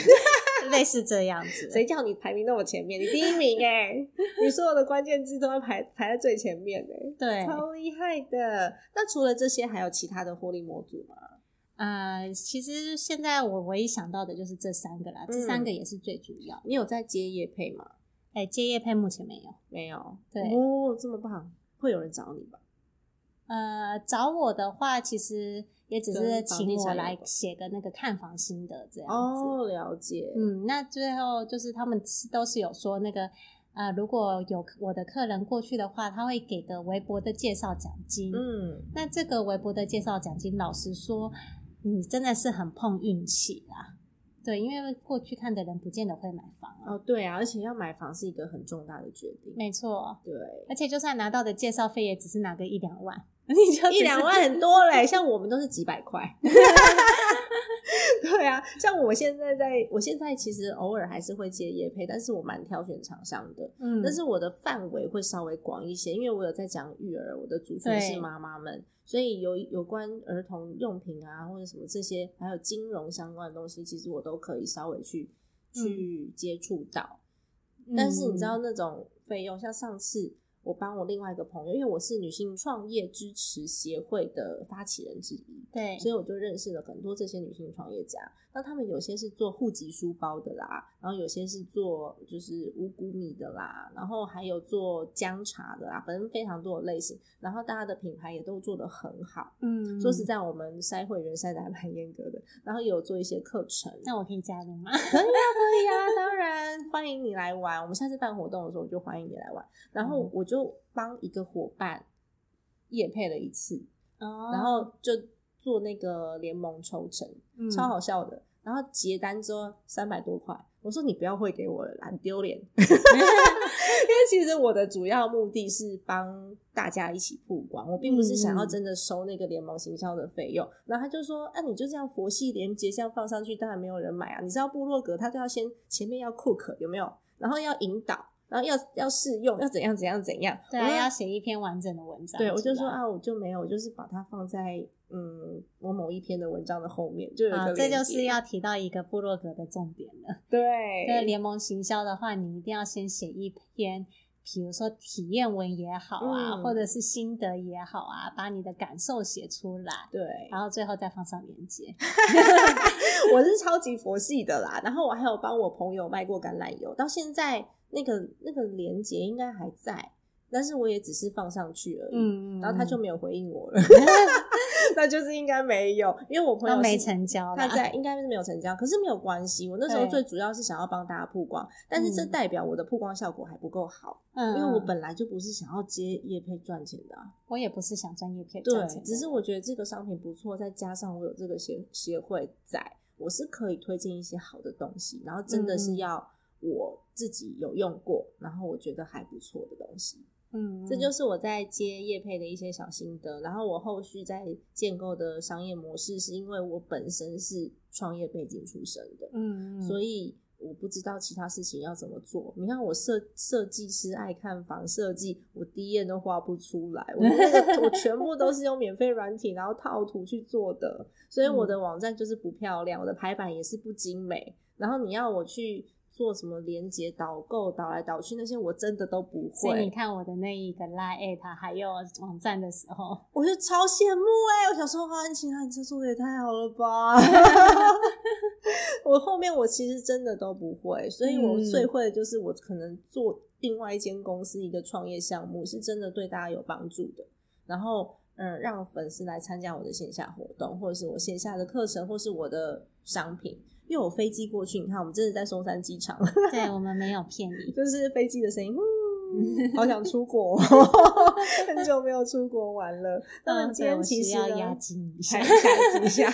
[SPEAKER 3] 类似这样子。
[SPEAKER 2] 谁叫你排名那么前面？你第一名哎、你所有的关键字都要排排在最前面哎、
[SPEAKER 3] 对，
[SPEAKER 2] 超厉害的。那除了这些，还有其他的获利模组吗？
[SPEAKER 3] 呃，其实现在我唯一想到的就是这三个啦，这
[SPEAKER 2] 嗯
[SPEAKER 3] 三个也是最主要。
[SPEAKER 2] 你有在接业配吗？
[SPEAKER 3] 哎、接业配目前没有。
[SPEAKER 2] 没有，
[SPEAKER 3] 对
[SPEAKER 2] 哦，这么棒，会有人找你吧？
[SPEAKER 3] 呃，找我的话，其实也只是
[SPEAKER 2] 跟房地
[SPEAKER 3] 请我
[SPEAKER 2] 产有
[SPEAKER 3] 来
[SPEAKER 2] 关
[SPEAKER 3] 写个那个看房心得这样子。
[SPEAKER 2] 哦，了解，
[SPEAKER 3] 嗯，那最后就是他们是都是有说那个，呃，如果有我的客人过去的话，他会给个微薄的介绍奖金。
[SPEAKER 2] 嗯，
[SPEAKER 3] 那这个微薄的介绍奖金，老实说，你真的是很碰运气啦。对，因为过去看的人不见得会买房啊。
[SPEAKER 2] 哦，对啊，而且要买房是一个很重大的决定，
[SPEAKER 3] 没错，
[SPEAKER 2] 对，
[SPEAKER 3] 而且就算拿到的介绍费，也只是拿个一两万， 你就只
[SPEAKER 2] 一
[SPEAKER 3] 是
[SPEAKER 2] 两万 很多嘞，像我们都是几百 块。对啊，像我现在在，我现在其实偶尔还是会接业配，但是我蛮挑选厂商的，
[SPEAKER 3] 嗯，
[SPEAKER 2] 但是我的范围会稍微广一些，因为我有在讲育儿，我的族群
[SPEAKER 3] 对
[SPEAKER 2] 是妈妈们，所以有有关儿童用品啊，或者什么这些，还有金融相关的东西，其实我都可以稍微去去接触到。但是你知道
[SPEAKER 3] 嗯，
[SPEAKER 2] 那种费用，像上次我帮我另外一个朋友，因为我是女性创业支持协会的发起人之一，
[SPEAKER 3] 对，
[SPEAKER 2] 所以我就认识了很多这些女性创业家。那她们有些是做户籍书包的啦，然后有些是做就是五谷米的啦，然后还有做姜茶的啦，反正非常多的类型。然后大家的品牌也都做得很好。
[SPEAKER 3] 嗯，
[SPEAKER 2] 说实，在，我们筛会员筛的还蛮严格的，然后也有做一些课程。
[SPEAKER 3] 那我可以加入吗？
[SPEAKER 2] 对呀、当然欢迎你来玩。我们下次办活动的时候，我就欢迎你来玩。然后
[SPEAKER 3] 嗯
[SPEAKER 2] 我就帮一个伙伴夜配了一次，
[SPEAKER 3] 哦
[SPEAKER 2] 然后就做那个联盟抽成。
[SPEAKER 3] 嗯
[SPEAKER 2] 超好笑的。然后结单之后三百多块，我说你不要汇给我了啦，很丢 脸。因为其实我的主要目的是帮大家一起曝光，我并不是想
[SPEAKER 3] 嗯
[SPEAKER 2] 要真的收那个联盟行销的费用。然后他就说：“啊，你就这样佛系连接这样放上去，当然没有人买啊。你知道部落格他都要先前面要 cook 有没有？然后要引导，然后要要试用，要怎样怎样怎样。
[SPEAKER 3] 对
[SPEAKER 2] 我说
[SPEAKER 3] 啊，要写一篇完整的文章出来。
[SPEAKER 2] 对，我就说啊，我就没有，我就是把它放在嗯我某一篇的文章的后面，就有一
[SPEAKER 3] 啊，
[SPEAKER 2] 个
[SPEAKER 3] 这
[SPEAKER 2] 连
[SPEAKER 3] 就是
[SPEAKER 2] 接
[SPEAKER 3] 要提到一个部落格的重点了。
[SPEAKER 2] 对
[SPEAKER 3] 对联盟行销的话，你一定要先写一篇，比如说体验文也好啊，
[SPEAKER 2] 嗯
[SPEAKER 3] 或者是心得也好啊，把你的感受写出来，
[SPEAKER 2] 对，
[SPEAKER 3] 然后最后再放上链接。
[SPEAKER 2] 我是超级佛系的啦。然后我还有帮我朋友卖过橄榄油，到现在那个那个连接应该还在，但是我也只是放上去而已。
[SPEAKER 3] 嗯
[SPEAKER 2] 然后他就没有回应 我了，那就是应该没有，因为我朋
[SPEAKER 3] 都
[SPEAKER 2] 友
[SPEAKER 3] 没
[SPEAKER 2] 是
[SPEAKER 3] 成交啦
[SPEAKER 2] 他在应该是没有成交，可是没有关系。我那时候
[SPEAKER 3] 对
[SPEAKER 2] 最主要是想要帮大家曝光，但是这
[SPEAKER 3] 嗯
[SPEAKER 2] 代表我的曝光效果还不够好，
[SPEAKER 3] 嗯，
[SPEAKER 2] 因为我本来就不是想要接业配赚钱的、啊。
[SPEAKER 3] 我也不是想专业骗
[SPEAKER 2] 对
[SPEAKER 3] 赚钱，的，
[SPEAKER 2] 只是我觉得这个商品不错，再加上我有这个协协会在，我是可以推荐一些好的东西，然后真的
[SPEAKER 3] 嗯
[SPEAKER 2] 是
[SPEAKER 3] 嗯
[SPEAKER 2] 要我自己有用过，然后我觉得还不错的东西。
[SPEAKER 3] 嗯，
[SPEAKER 2] 这就是是我在接业配的一些小心得，然后我后续在建构的商业模式，是因为我本身是创业背景出身的，
[SPEAKER 3] 嗯，
[SPEAKER 2] 所
[SPEAKER 3] 以
[SPEAKER 2] 以我不知道其他事情要怎么做。你看我设设计师爱看房设计，我第一眼都画不出来，我那个我全部都是用免费软体然后套图去做的，所以我的网站就是不漂亮，我的排版也是不精美。然后你要我去做什么连接导购导来导去那些，我真的都不
[SPEAKER 3] 所以你
[SPEAKER 2] 会，
[SPEAKER 3] 看我的那一个 Line at 还有网站的时 候，
[SPEAKER 2] 我就超羡慕哎、我想说，哇，安琪拉，你这做的也太好了吧！我后面我其实真的都不会，所以我
[SPEAKER 3] 嗯
[SPEAKER 2] 最会的就是我可能做另外一间公司一个创业项目，是真的对大家有帮助的。然后，嗯，让粉丝来参加我的线下活动，或者是我线下的课程，或是我的商品。因为我飞机过去，你看，我们真的在松山机场，
[SPEAKER 3] 对我们没有骗你，
[SPEAKER 2] 就是飞机的声音， 嗯，好想出国哦，很久没有出国玩了。那么
[SPEAKER 3] 嗯
[SPEAKER 2] 今
[SPEAKER 3] 对
[SPEAKER 2] 天
[SPEAKER 3] 我
[SPEAKER 2] 其
[SPEAKER 3] 需
[SPEAKER 2] 实
[SPEAKER 3] 要
[SPEAKER 2] 呢
[SPEAKER 3] 压惊 一下
[SPEAKER 2] 下，下一集下。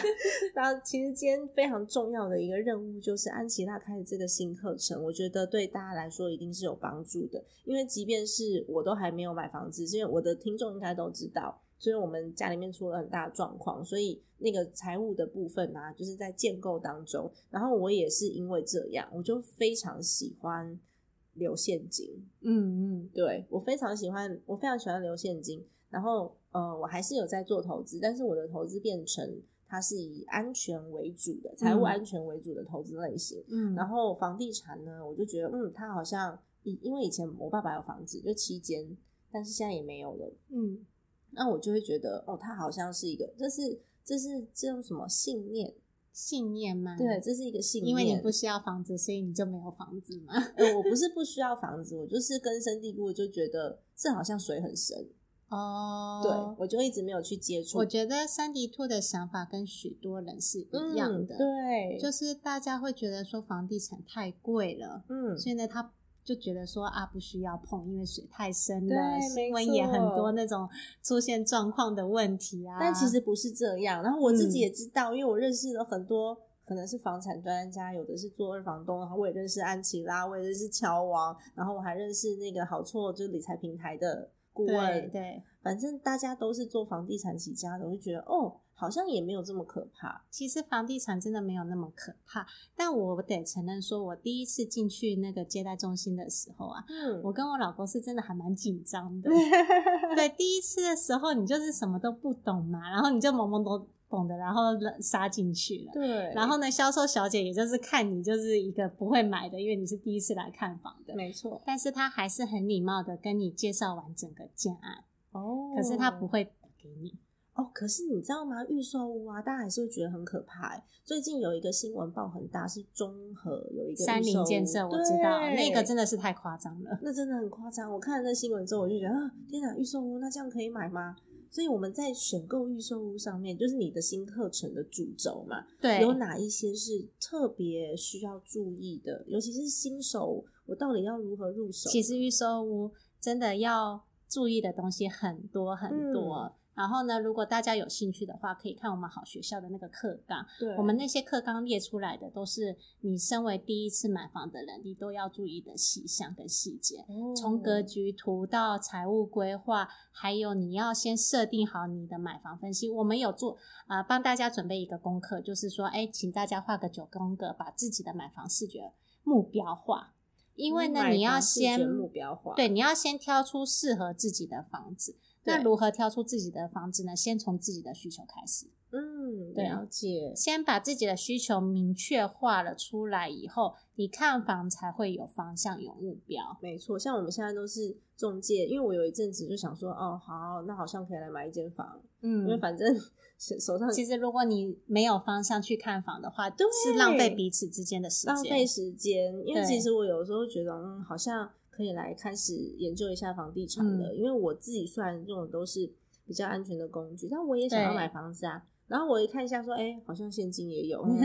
[SPEAKER 2] 然后，其实今天非常重要的一个任务就是安琪拉开的这个新课程，我觉得对大家来说一定是有帮助的。因为即便是我都还没有买房子，因为我的听众应该都知道，就是我们家里面出了很大的状况，所以那个财务的部分啊，就是在建构当中。然后我也是因为这样，我就非常喜欢留现金，
[SPEAKER 3] 嗯嗯，
[SPEAKER 2] 对我非常喜欢，我非常喜欢留现金。然后，呃，我还是有在做投资，但是我的投资变成它是以安全为主的，财务
[SPEAKER 3] 嗯
[SPEAKER 2] 安全为主的投资类型。
[SPEAKER 3] 嗯，
[SPEAKER 2] 然后房地产呢，我就觉得，嗯，它好像以因为以前我爸爸有房子，就期间，但是现在也没有了。
[SPEAKER 3] 嗯
[SPEAKER 2] 那我就会觉得，哦，它好像是一个，这是这是这种什么信念？
[SPEAKER 3] 信念嘛，
[SPEAKER 2] 对，，这是一个信念。
[SPEAKER 3] 因为你不需要房子，所以你就没有房子嘛，
[SPEAKER 2] 呃我不是不需要房子，我就是根深蒂固地就觉得这好像水很深，
[SPEAKER 3] 哦
[SPEAKER 2] 对我就一直没有去接触。
[SPEAKER 3] 我觉得三 D 兔的想法跟许多人是一样的，
[SPEAKER 2] 嗯对，
[SPEAKER 3] 就是大家会觉得说房地产太贵了，
[SPEAKER 2] 嗯，
[SPEAKER 3] 所以呢，他就觉得说啊，不需要碰，因为水太深了。
[SPEAKER 2] 对
[SPEAKER 3] 新
[SPEAKER 2] 没
[SPEAKER 3] 闻也很
[SPEAKER 2] 错
[SPEAKER 3] 多那种出现状况的问题啊。
[SPEAKER 2] 但其实不是这样。然后我自己
[SPEAKER 3] 嗯
[SPEAKER 2] 也知道，因为我认识了很多，可能是房产专家，有的是做二房东，然后我也认识安琪拉，我也认识乔王，然后我还认识那个好错，就是理财平台的顾
[SPEAKER 3] 对
[SPEAKER 2] 问。
[SPEAKER 3] 对，
[SPEAKER 2] 反正大家都是做房地产起家的，我就觉得哦，好像也没有这么可怕。
[SPEAKER 3] 其实房地产真的没有那么可怕。但我得承认说，我第一次进去那个接待中心的时候啊，
[SPEAKER 2] 嗯
[SPEAKER 3] 我跟我老公是真的还蛮紧张 的。对，第一次的时候你就是什么都不懂嘛，然后你就懵懵懂懂的，然后杀进去了。
[SPEAKER 2] 对，
[SPEAKER 3] 然后呢，销售小姐也就是看你就是一个不会买的，因为你是第一次来看房的，
[SPEAKER 2] 没错
[SPEAKER 3] 但是她还是很礼貌的跟你介绍完整个建案，
[SPEAKER 2] 哦
[SPEAKER 3] 可是她不会给你。
[SPEAKER 2] 哦，可是你知道吗？预售屋啊，大家还是会觉得很可怕欸、最近有一个新闻报很大，是中和有一个
[SPEAKER 3] 三
[SPEAKER 2] 预售
[SPEAKER 3] 菱
[SPEAKER 2] 屋
[SPEAKER 3] 建设我知道，那个真
[SPEAKER 2] 的，
[SPEAKER 3] 的是太夸张了。
[SPEAKER 2] 那真的很夸张。我看了那新闻之后，我就觉得啊，天哪，预售屋那这样可以买吗？所以我们在选购预售屋上面，就是你的新课程的主轴嘛，
[SPEAKER 3] 对，
[SPEAKER 2] 有哪一些是特别需要注意的？尤其是新手，我到底要如何入手？
[SPEAKER 3] 其实预售屋真的要注意的东西很多很多，然后呢，如果大家有兴趣的话，可以看我们好学校的那个课纲，
[SPEAKER 2] 对
[SPEAKER 3] 我们那些课纲列出来的都是你身为第一次买房的人，你都要注意的细项跟细节。
[SPEAKER 2] 哦
[SPEAKER 3] 从格
[SPEAKER 2] 嗯
[SPEAKER 3] 局图到财务规划，还有你要先设定好你的买房分析。我们有做啊、呃帮大家准备一个功课，就是说，哎，请大家画个九宫格，把自己的买房视觉目标化。因
[SPEAKER 2] 嗯
[SPEAKER 3] 为呢，你要先
[SPEAKER 2] 目标化，
[SPEAKER 3] 对，你要先挑出适合自己的房子。那
[SPEAKER 2] 对
[SPEAKER 3] 如何挑出自己的房子呢？先从自己的需求开始，
[SPEAKER 2] 嗯，
[SPEAKER 3] 对啊
[SPEAKER 2] 了解，
[SPEAKER 3] 先把自己的需求明确化了出来以后，你看房才会有方向、有目标。
[SPEAKER 2] 没错。像我们现在都是中介，因为我有一阵子就想说，哦，好，那好像可以来买一间房，因为
[SPEAKER 3] 嗯，
[SPEAKER 2] 反正手手上
[SPEAKER 3] 其实如果你没有方向去看房的话，
[SPEAKER 2] 对
[SPEAKER 3] 是浪费彼此之间的时
[SPEAKER 2] 浪费
[SPEAKER 3] 间。
[SPEAKER 2] 时间，因为
[SPEAKER 3] 对
[SPEAKER 2] 其实我有时候觉得，嗯，好像可以来开始研究一下房地产
[SPEAKER 3] 嗯
[SPEAKER 2] 了。因为我自己虽然用的都是比较安全的工具，但我也想要
[SPEAKER 3] 对
[SPEAKER 2] 买房子啊。然后我一看一下，说，哎、好像现金也 有，嗯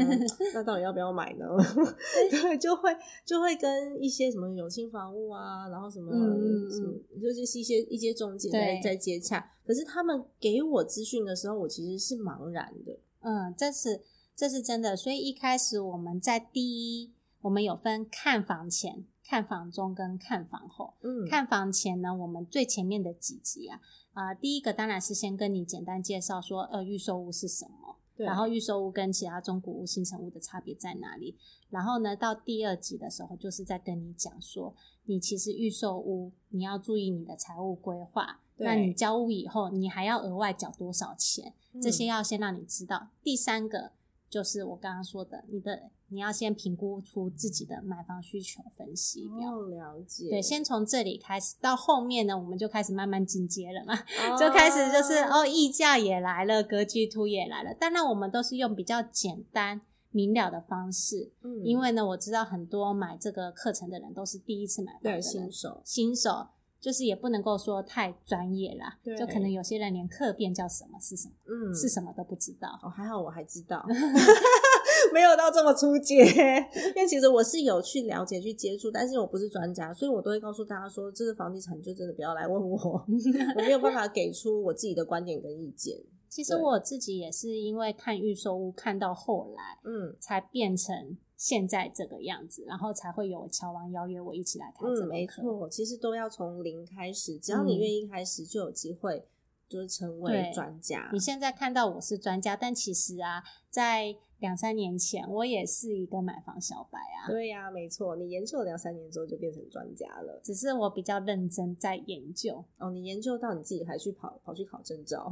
[SPEAKER 2] 那到底要不要买呢？ 对，就会就会跟一些什么永庆房屋啊，然后什么、
[SPEAKER 3] 嗯嗯
[SPEAKER 2] 什么，就是一些一些中介在
[SPEAKER 3] 对
[SPEAKER 2] 在接洽。可是他们给我资讯的时候，我其实是茫然的。
[SPEAKER 3] 嗯，这是这是真的。所以一开始我们在第一，我们有分看房前、看房中跟看房后。
[SPEAKER 2] 嗯，
[SPEAKER 3] 看房前呢，我们最前面的几集啊，啊、第一个当然是先跟你简单介绍说，呃，预售屋是什么，
[SPEAKER 2] 对，
[SPEAKER 3] 然后预售屋跟其他中古屋、新城屋的差别在哪里。然后呢，到第二集的时候，就是在跟你讲说，你其实预售屋你要注意你的财务规划，
[SPEAKER 2] 对
[SPEAKER 3] 那你交屋以后，你还要额外缴多少钱，这些
[SPEAKER 2] 嗯
[SPEAKER 3] 要先让你知道。第三个就是我刚刚说的，你的你要先评估出自己的买房需求分析表。
[SPEAKER 2] 哦，了解，
[SPEAKER 3] 对，先从这里开始，到后面呢，我们就开始慢慢进阶了嘛，
[SPEAKER 2] 哦
[SPEAKER 3] 就开始就是哦，溢价也来了，格局图也来了。当然，我们都是用比较简单明了的方式，
[SPEAKER 2] 嗯
[SPEAKER 3] 因为呢，我知道很多买这个课程的人都是第一次买房的
[SPEAKER 2] 对
[SPEAKER 3] 人
[SPEAKER 2] 新手，
[SPEAKER 3] 新手。就是也不能够说太专业啦
[SPEAKER 2] 对，
[SPEAKER 3] 就可能有些人连课变叫什么是什么、
[SPEAKER 2] 嗯，
[SPEAKER 3] 是什么都不知道。
[SPEAKER 2] 哦，还好我还知 道，没有到这么出界。因为其实我是有去了解、去接触，但是我不是专家，所以我都会告诉大家说，这个房地产就真的不要来问我，我没有办法给出我自己的观点跟意见。
[SPEAKER 3] 其实
[SPEAKER 2] 对
[SPEAKER 3] 我自己也是因为看预售屋看到后来，
[SPEAKER 2] 嗯
[SPEAKER 3] 才变成现在这个样子，然后才会有乔王邀约我一起来开这
[SPEAKER 2] 嗯，
[SPEAKER 3] 门
[SPEAKER 2] 没
[SPEAKER 3] 课。
[SPEAKER 2] 错，其实都要从零开始，只要你
[SPEAKER 3] 嗯
[SPEAKER 2] 愿意开始，就有机会就是成为
[SPEAKER 3] 对
[SPEAKER 2] 专家
[SPEAKER 3] 你。现在看到我是专家，但其实啊，在两三年前我也是一个买房小白啊，
[SPEAKER 2] 对呀、没错，你研究了两三年之后就变成专家了。
[SPEAKER 3] 只是我比较认真在研究。
[SPEAKER 2] 哦，你研究到你自己还去跑跑去考证 照，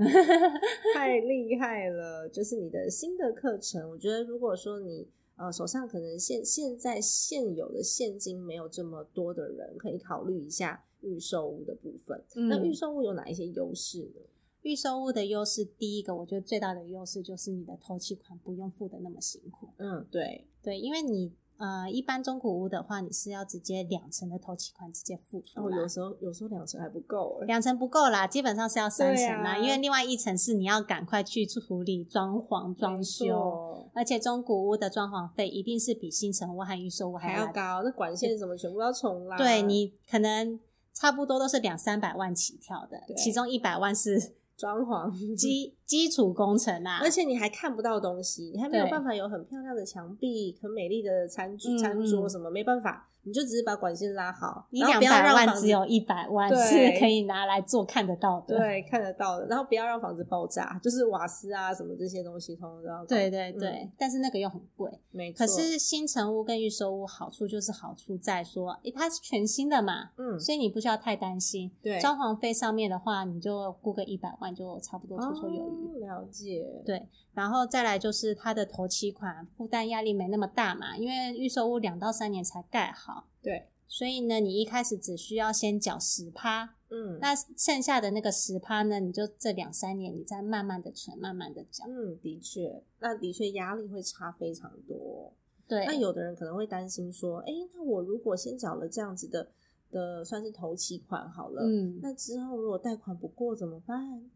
[SPEAKER 2] 太厉害了！就是你的新的课程，我觉得如果说你呃手上可能现现在现有的现金没有这么多的人，可以考虑一下预售屋的部分。那预
[SPEAKER 3] 预
[SPEAKER 2] 售屋有哪一些优势呢？
[SPEAKER 3] 预售物的优势，第一个我觉得最大的优势就是你的头期款不用付的那么辛苦。
[SPEAKER 2] 嗯，对，
[SPEAKER 3] 对，因为你呃一般中古屋的话，你是要直接两成的头期款直接付
[SPEAKER 2] 然
[SPEAKER 3] 出
[SPEAKER 2] 后
[SPEAKER 3] 来。
[SPEAKER 2] 哦有时候有时候两成还不够、欸，
[SPEAKER 3] 两层不够啦，基本上是要三层
[SPEAKER 2] 对
[SPEAKER 3] 啦，
[SPEAKER 2] 啊
[SPEAKER 3] 因为另外一层是你要赶快去处理装潢、装
[SPEAKER 2] 没
[SPEAKER 3] 修，
[SPEAKER 2] 错
[SPEAKER 3] 而且中古屋的装潢费一定是比新城屋和预售屋还
[SPEAKER 2] 还要
[SPEAKER 3] 要高。
[SPEAKER 2] 高，那啊管线什么全部要重拉。
[SPEAKER 3] 对你可能差不多都是两三百万起跳的
[SPEAKER 2] 对，
[SPEAKER 3] 其中一百万是
[SPEAKER 2] 装潢，
[SPEAKER 3] 基基础工程啊
[SPEAKER 2] 而。且你还看不到东西，你还没有
[SPEAKER 3] 对
[SPEAKER 2] 办法有很漂亮的墙壁、很美丽的餐具、
[SPEAKER 3] 嗯
[SPEAKER 2] 餐桌
[SPEAKER 3] 嗯
[SPEAKER 2] 什么，没办法，你就只是把管线拉好，
[SPEAKER 3] 你
[SPEAKER 2] 然后
[SPEAKER 3] 两
[SPEAKER 2] 不要
[SPEAKER 3] 百
[SPEAKER 2] 让
[SPEAKER 3] 万
[SPEAKER 2] 房子
[SPEAKER 3] 只有一百万
[SPEAKER 2] 对
[SPEAKER 3] 是可以拿来做看得到的。
[SPEAKER 2] 对看得到的，然后不要让房子爆炸，就是瓦斯啊什么这些东西通通都要搞。
[SPEAKER 3] 对对对
[SPEAKER 2] 嗯
[SPEAKER 3] 但是那个又很贵。
[SPEAKER 2] 没错。
[SPEAKER 3] 可是新城屋跟预售屋好处就是好处在说，诶、它是全新的嘛，
[SPEAKER 2] 嗯，
[SPEAKER 3] 所以你不需要太担心。
[SPEAKER 2] 对
[SPEAKER 3] 装潢费上面的话，你就估个一百万就差不多绰绰有余。
[SPEAKER 2] 哦了解。
[SPEAKER 3] 对，然后再来就是它的头期款负担压力没那么大嘛，因为预售屋两到三年才盖好，
[SPEAKER 2] 对，
[SPEAKER 3] 所以呢，你一开始只需要先缴十趴，
[SPEAKER 2] 嗯，
[SPEAKER 3] 那剩下的那个十趴呢，你就这两三年你再慢慢的存，慢慢的缴。
[SPEAKER 2] 嗯，的确，那的确压力会差非常多。
[SPEAKER 3] 对，
[SPEAKER 2] 那有的人可能会担心说，哎，那我如果先缴了这样子的的算是头期款好了，
[SPEAKER 3] 嗯，
[SPEAKER 2] 那之后如果贷款不过怎么办？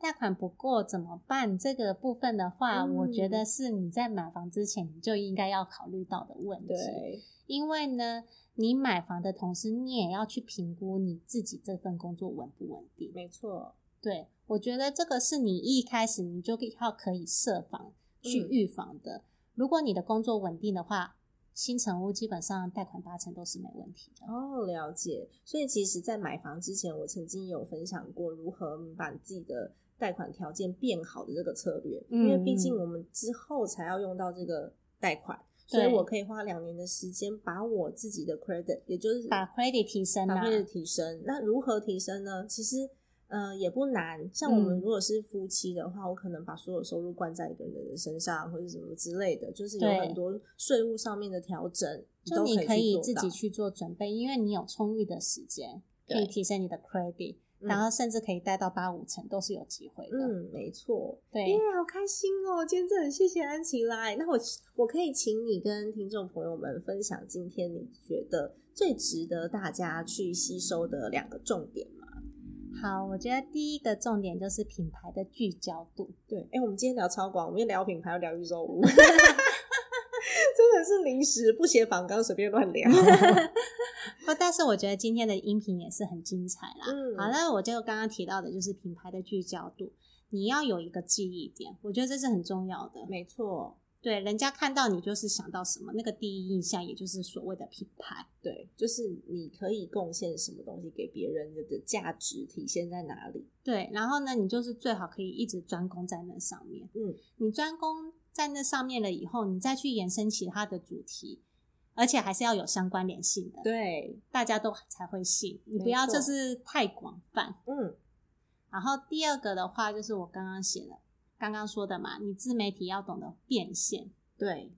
[SPEAKER 3] 贷款不过怎么办？这个部分的话，
[SPEAKER 2] 嗯
[SPEAKER 3] 我觉得是你在买房之前你就应该要考虑到的问题。
[SPEAKER 2] 对，
[SPEAKER 3] 因为呢，你买房的同时，你也要去评估你自己这份工作稳不稳定。
[SPEAKER 2] 没错，
[SPEAKER 3] 对，我觉得这个是你一开始你就要可以设防去
[SPEAKER 2] 嗯
[SPEAKER 3] 预防的。如果你的工作稳定的话，新成屋基本上贷款八成都是没问题的。
[SPEAKER 2] 哦，了解。所以其实，在买房之前，我曾经有分享过如何把自己的贷款条件变好的这个策略，因为毕竟
[SPEAKER 3] 嗯
[SPEAKER 2] 我们之后才要用到这个贷款，所以
[SPEAKER 3] 对
[SPEAKER 2] 我可以花两年的时间把我自己的 credit，也就是
[SPEAKER 3] 把 credit 提升
[SPEAKER 2] 嗯把
[SPEAKER 3] 啊，
[SPEAKER 2] credit 提升。那如何提升呢？其实。呃，也不难。像我们
[SPEAKER 3] 嗯
[SPEAKER 2] 如果是夫妻的话，我可能把所有收入灌在一个人的身上，或者什么之类的，就是有
[SPEAKER 3] 对
[SPEAKER 2] 很多税务上面的调整，
[SPEAKER 3] 就
[SPEAKER 2] 都
[SPEAKER 3] 你
[SPEAKER 2] 可
[SPEAKER 3] 可以
[SPEAKER 2] 做
[SPEAKER 3] 自己
[SPEAKER 2] 到
[SPEAKER 3] 去做准备，因为你有充裕的时间，可
[SPEAKER 2] 对
[SPEAKER 3] 以提升你的 credit，、
[SPEAKER 2] 嗯
[SPEAKER 3] 然后甚至可以贷到八五成都是有机会的。
[SPEAKER 2] 嗯，没错。
[SPEAKER 3] 对
[SPEAKER 2] 耶，好开心哦！今天真的很谢谢安琪来。那我我可以请你跟听众朋友们分享今天你觉得最值得大家去吸收的两个重点吗？
[SPEAKER 3] 好，我觉得第一个重点就是品牌的聚焦度。
[SPEAKER 2] 对，哎、我们今天聊超广，我们又聊品牌，又聊预售屋，真的是临时不写仿纲，随便乱聊。
[SPEAKER 3] 不，哦但是我觉得今天的音频也是很精彩啦。
[SPEAKER 2] 嗯
[SPEAKER 3] 好，那我就刚刚提到的就是品牌的聚焦度，你要有一个记忆点，我觉得这是很重要的。
[SPEAKER 2] 没错，
[SPEAKER 3] 对，人家看到你就是想到什么，那个第一印象也就是所谓的品牌。
[SPEAKER 2] 对，就是你可以贡献什么东西给别人，你的价值体现在哪里？
[SPEAKER 3] 对，然后呢，你就是最好可以一直专攻在那上面。
[SPEAKER 2] 嗯，
[SPEAKER 3] 你专攻在那上面了以后，你再去延伸其他的主题，而且还是要有相关联性的，
[SPEAKER 2] 对，
[SPEAKER 3] 大家都才会信。你不
[SPEAKER 2] 没
[SPEAKER 3] 要
[SPEAKER 2] 错
[SPEAKER 3] 就是太广泛。
[SPEAKER 2] 嗯
[SPEAKER 3] 然后第二个的话，就是我刚刚写的，刚刚说的嘛，你自媒体要懂得变现。
[SPEAKER 2] 对，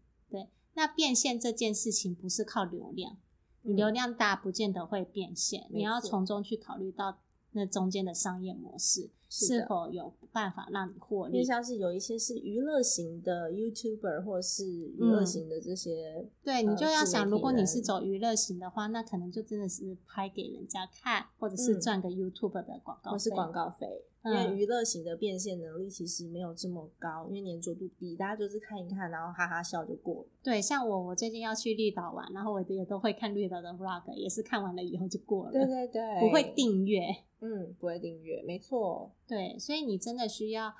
[SPEAKER 3] 那变现这件事情不是靠流量，你
[SPEAKER 2] 嗯
[SPEAKER 3] 流量大不见得会变现，
[SPEAKER 2] 没
[SPEAKER 3] 你要
[SPEAKER 2] 错
[SPEAKER 3] 从中去考虑到那中间的商业模式
[SPEAKER 2] 是的
[SPEAKER 3] 是否有办法让你获
[SPEAKER 2] 因为
[SPEAKER 3] 利。
[SPEAKER 2] 像是有一些是娱乐型的 YouTuber 或者是娱乐型的这些，
[SPEAKER 3] 对你
[SPEAKER 2] 呃
[SPEAKER 3] 就要
[SPEAKER 2] 自媒
[SPEAKER 3] 想，
[SPEAKER 2] 体
[SPEAKER 3] 如果你
[SPEAKER 2] 人
[SPEAKER 3] 是走娱乐型的话，那可能就真的是拍给人家看，或者是
[SPEAKER 2] 嗯
[SPEAKER 3] 赚个 YouTube 的广告
[SPEAKER 2] 或是
[SPEAKER 3] 费
[SPEAKER 2] 广告费。因为
[SPEAKER 3] 嗯，
[SPEAKER 2] 娱乐型的变现能力其实没有这么高，因为粘着度低，大家就是看一看，然后哈哈笑就过了。
[SPEAKER 3] 对，像我，我最近要去绿岛玩，然后我也都会看绿岛的 Vlog，也是看完了以后就过了，
[SPEAKER 2] 对对对，
[SPEAKER 3] 不会，订阅。
[SPEAKER 2] 嗯，不会订阅，没错，
[SPEAKER 3] 对，所以你真的需要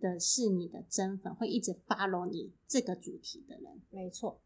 [SPEAKER 3] 的是你的真粉会一直 follow 你这个主题的人。
[SPEAKER 2] 没错。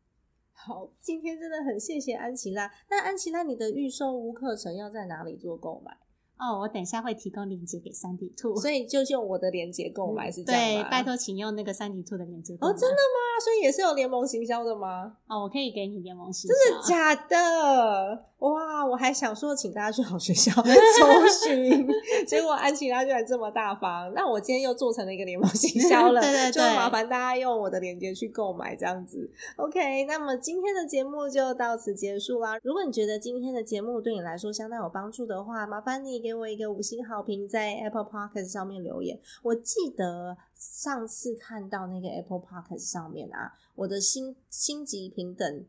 [SPEAKER 2] 好，今天真的很谢谢安琪拉。那安琪拉，你的预售屋课程要在哪里做购买？
[SPEAKER 3] 哦，我等一下会提供链接给三 D 兔，
[SPEAKER 2] 所以就用我的链接购买是这样
[SPEAKER 3] 嗯对
[SPEAKER 2] 吗？，
[SPEAKER 3] 拜托请用那个三 D 兔的链接购
[SPEAKER 2] 哦
[SPEAKER 3] 买
[SPEAKER 2] 真的啊，所以也是有联盟行销的吗？
[SPEAKER 3] 哦，我可以给你联盟信
[SPEAKER 2] 真的
[SPEAKER 3] 箱
[SPEAKER 2] 假的？哇！我还想说，请大家去好学 校搜寻，结果安琪拉居然这么大方。那我今天又做成了一个联盟行销了，
[SPEAKER 3] 对对对
[SPEAKER 2] 就麻烦大家用我的链接去购买这样子。OK，那么今天的节目就到此结束啦。如果你觉得今天的节目对你来说相当有帮助的话，麻烦你给我一个五星好评，在 Apple Podcast 上面留言。我记得上次看到那个 Apple Podcast 上面啊，我的星星级平等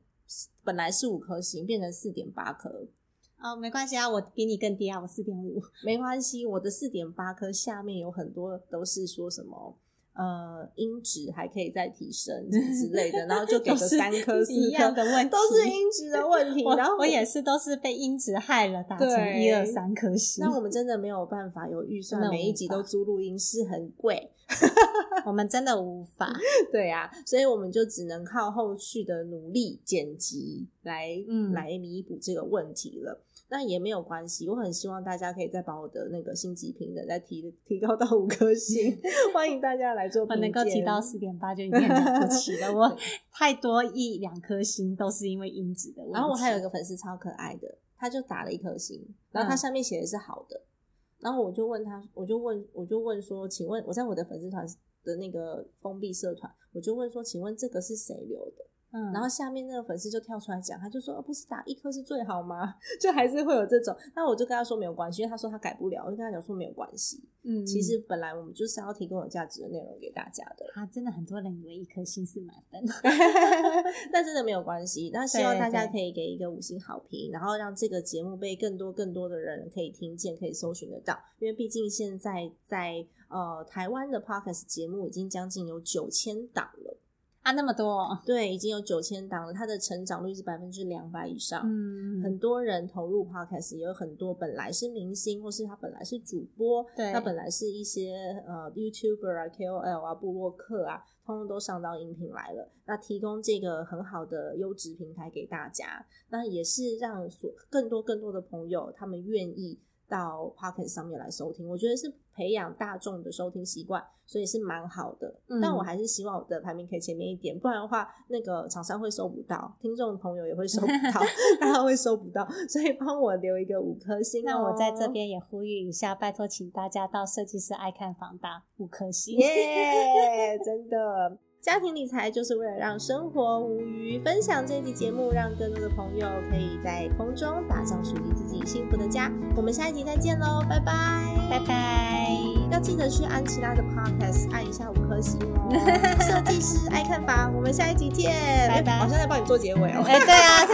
[SPEAKER 2] 本来是五颗星，变成四点八颗，
[SPEAKER 3] 哦，没关系啊，我比你更低啊，我四点五。
[SPEAKER 2] 没关系，我的四点八颗下面有很多都是说什么。呃，音质还可以再提 升之类的，然后就给个
[SPEAKER 3] 都是
[SPEAKER 2] 三颗、四
[SPEAKER 3] 一样
[SPEAKER 2] 颗，
[SPEAKER 3] 的问题，
[SPEAKER 2] 都是音质的问题。
[SPEAKER 3] 我
[SPEAKER 2] 然后
[SPEAKER 3] 我也是都是被音质害了，打成
[SPEAKER 2] 对
[SPEAKER 3] 一二三颗星。
[SPEAKER 2] 那我们真的没有办法有预算
[SPEAKER 3] 真，的
[SPEAKER 2] 每一
[SPEAKER 3] 无
[SPEAKER 2] 集
[SPEAKER 3] 法
[SPEAKER 2] 都租录音室很贵，
[SPEAKER 3] 我们真的 无法，
[SPEAKER 2] 对啊，所以我们就只能靠后续的努力剪辑来、
[SPEAKER 3] 嗯
[SPEAKER 2] 来弥补这个问题了。那也没有关系，我很希望大家可以再把我的那个星级平等再提提高到五颗星， 欢迎大家来做
[SPEAKER 3] 我
[SPEAKER 2] 评鉴。
[SPEAKER 3] 哦能够提到四点八就已经很了不起 了。我太多一两颗星都是因为音质的问题。
[SPEAKER 2] 然后我还有一个粉丝超可爱的，他就打了一颗星，然后他
[SPEAKER 3] 嗯
[SPEAKER 2] 下面写的是好的，然后我就问他，我就问，我就问说，请问我在我的粉丝团的那个封闭社团，我就问说，请问这个是谁留的？
[SPEAKER 3] 嗯，
[SPEAKER 2] 然后下面那个粉丝就跳出来讲，他就说、哦不是打一颗是最好吗？ 就还是会有这种。那我就跟他说没有关系，因为他说他改不了，我就跟他讲说没有关系。
[SPEAKER 3] 嗯，
[SPEAKER 2] 其实本来我们就是要提供有价值的内容给大家 的，
[SPEAKER 3] 啊，真的很多人以为一颗星是满 分。
[SPEAKER 2] 那真的没有关系。那希望
[SPEAKER 3] 对
[SPEAKER 2] 大家
[SPEAKER 3] 对
[SPEAKER 2] 可以给一个五星好评，然后让这个节目被更多更多的人可以听见，可以搜寻得到。因为毕竟现在在呃台湾的 podcast 节目已经将近有九千档了。
[SPEAKER 3] 啊，那么多，
[SPEAKER 2] 对，已经有九千档了，它的成长率是百分之两百以上。
[SPEAKER 3] 嗯，
[SPEAKER 2] 很多人投入 podcast，也有很多本来是明星，或是他本来是主播，
[SPEAKER 3] 对
[SPEAKER 2] 他本来是一些呃 YouTuber 啊、KOL 啊、部落客啊，通通都上到音频来了。那提供这个很好的优质平台给大家，那也是让所更多更多的朋友他们愿意。到 Pocket 上面来收听，我觉得是培养大众的收听习惯，所以是蛮好的。
[SPEAKER 3] 嗯
[SPEAKER 2] 但我还是希望我的排名可以前面一点，不然的话，那个厂商会收不到，听众朋友也会收不 到，大家会收不到，所以帮我留一个五颗 星、
[SPEAKER 3] 那我在这。边也呼吁一下，拜托请大家到设计师爱看房打五颗星。
[SPEAKER 2] 耶真的。家庭理财就是为了让生活无虞。分享这集节目，让更多的朋友可以在空中打造属于自己幸福的家。我们下一集再见喽，拜拜，
[SPEAKER 3] 拜。拜，
[SPEAKER 2] 要记得去安琪拉的 podcast 按一下五颗星哦。设计师爱看房，我们下一集见。
[SPEAKER 3] 拜拜
[SPEAKER 2] 哎好像在帮你做结尾哦。
[SPEAKER 3] 哎，对啊，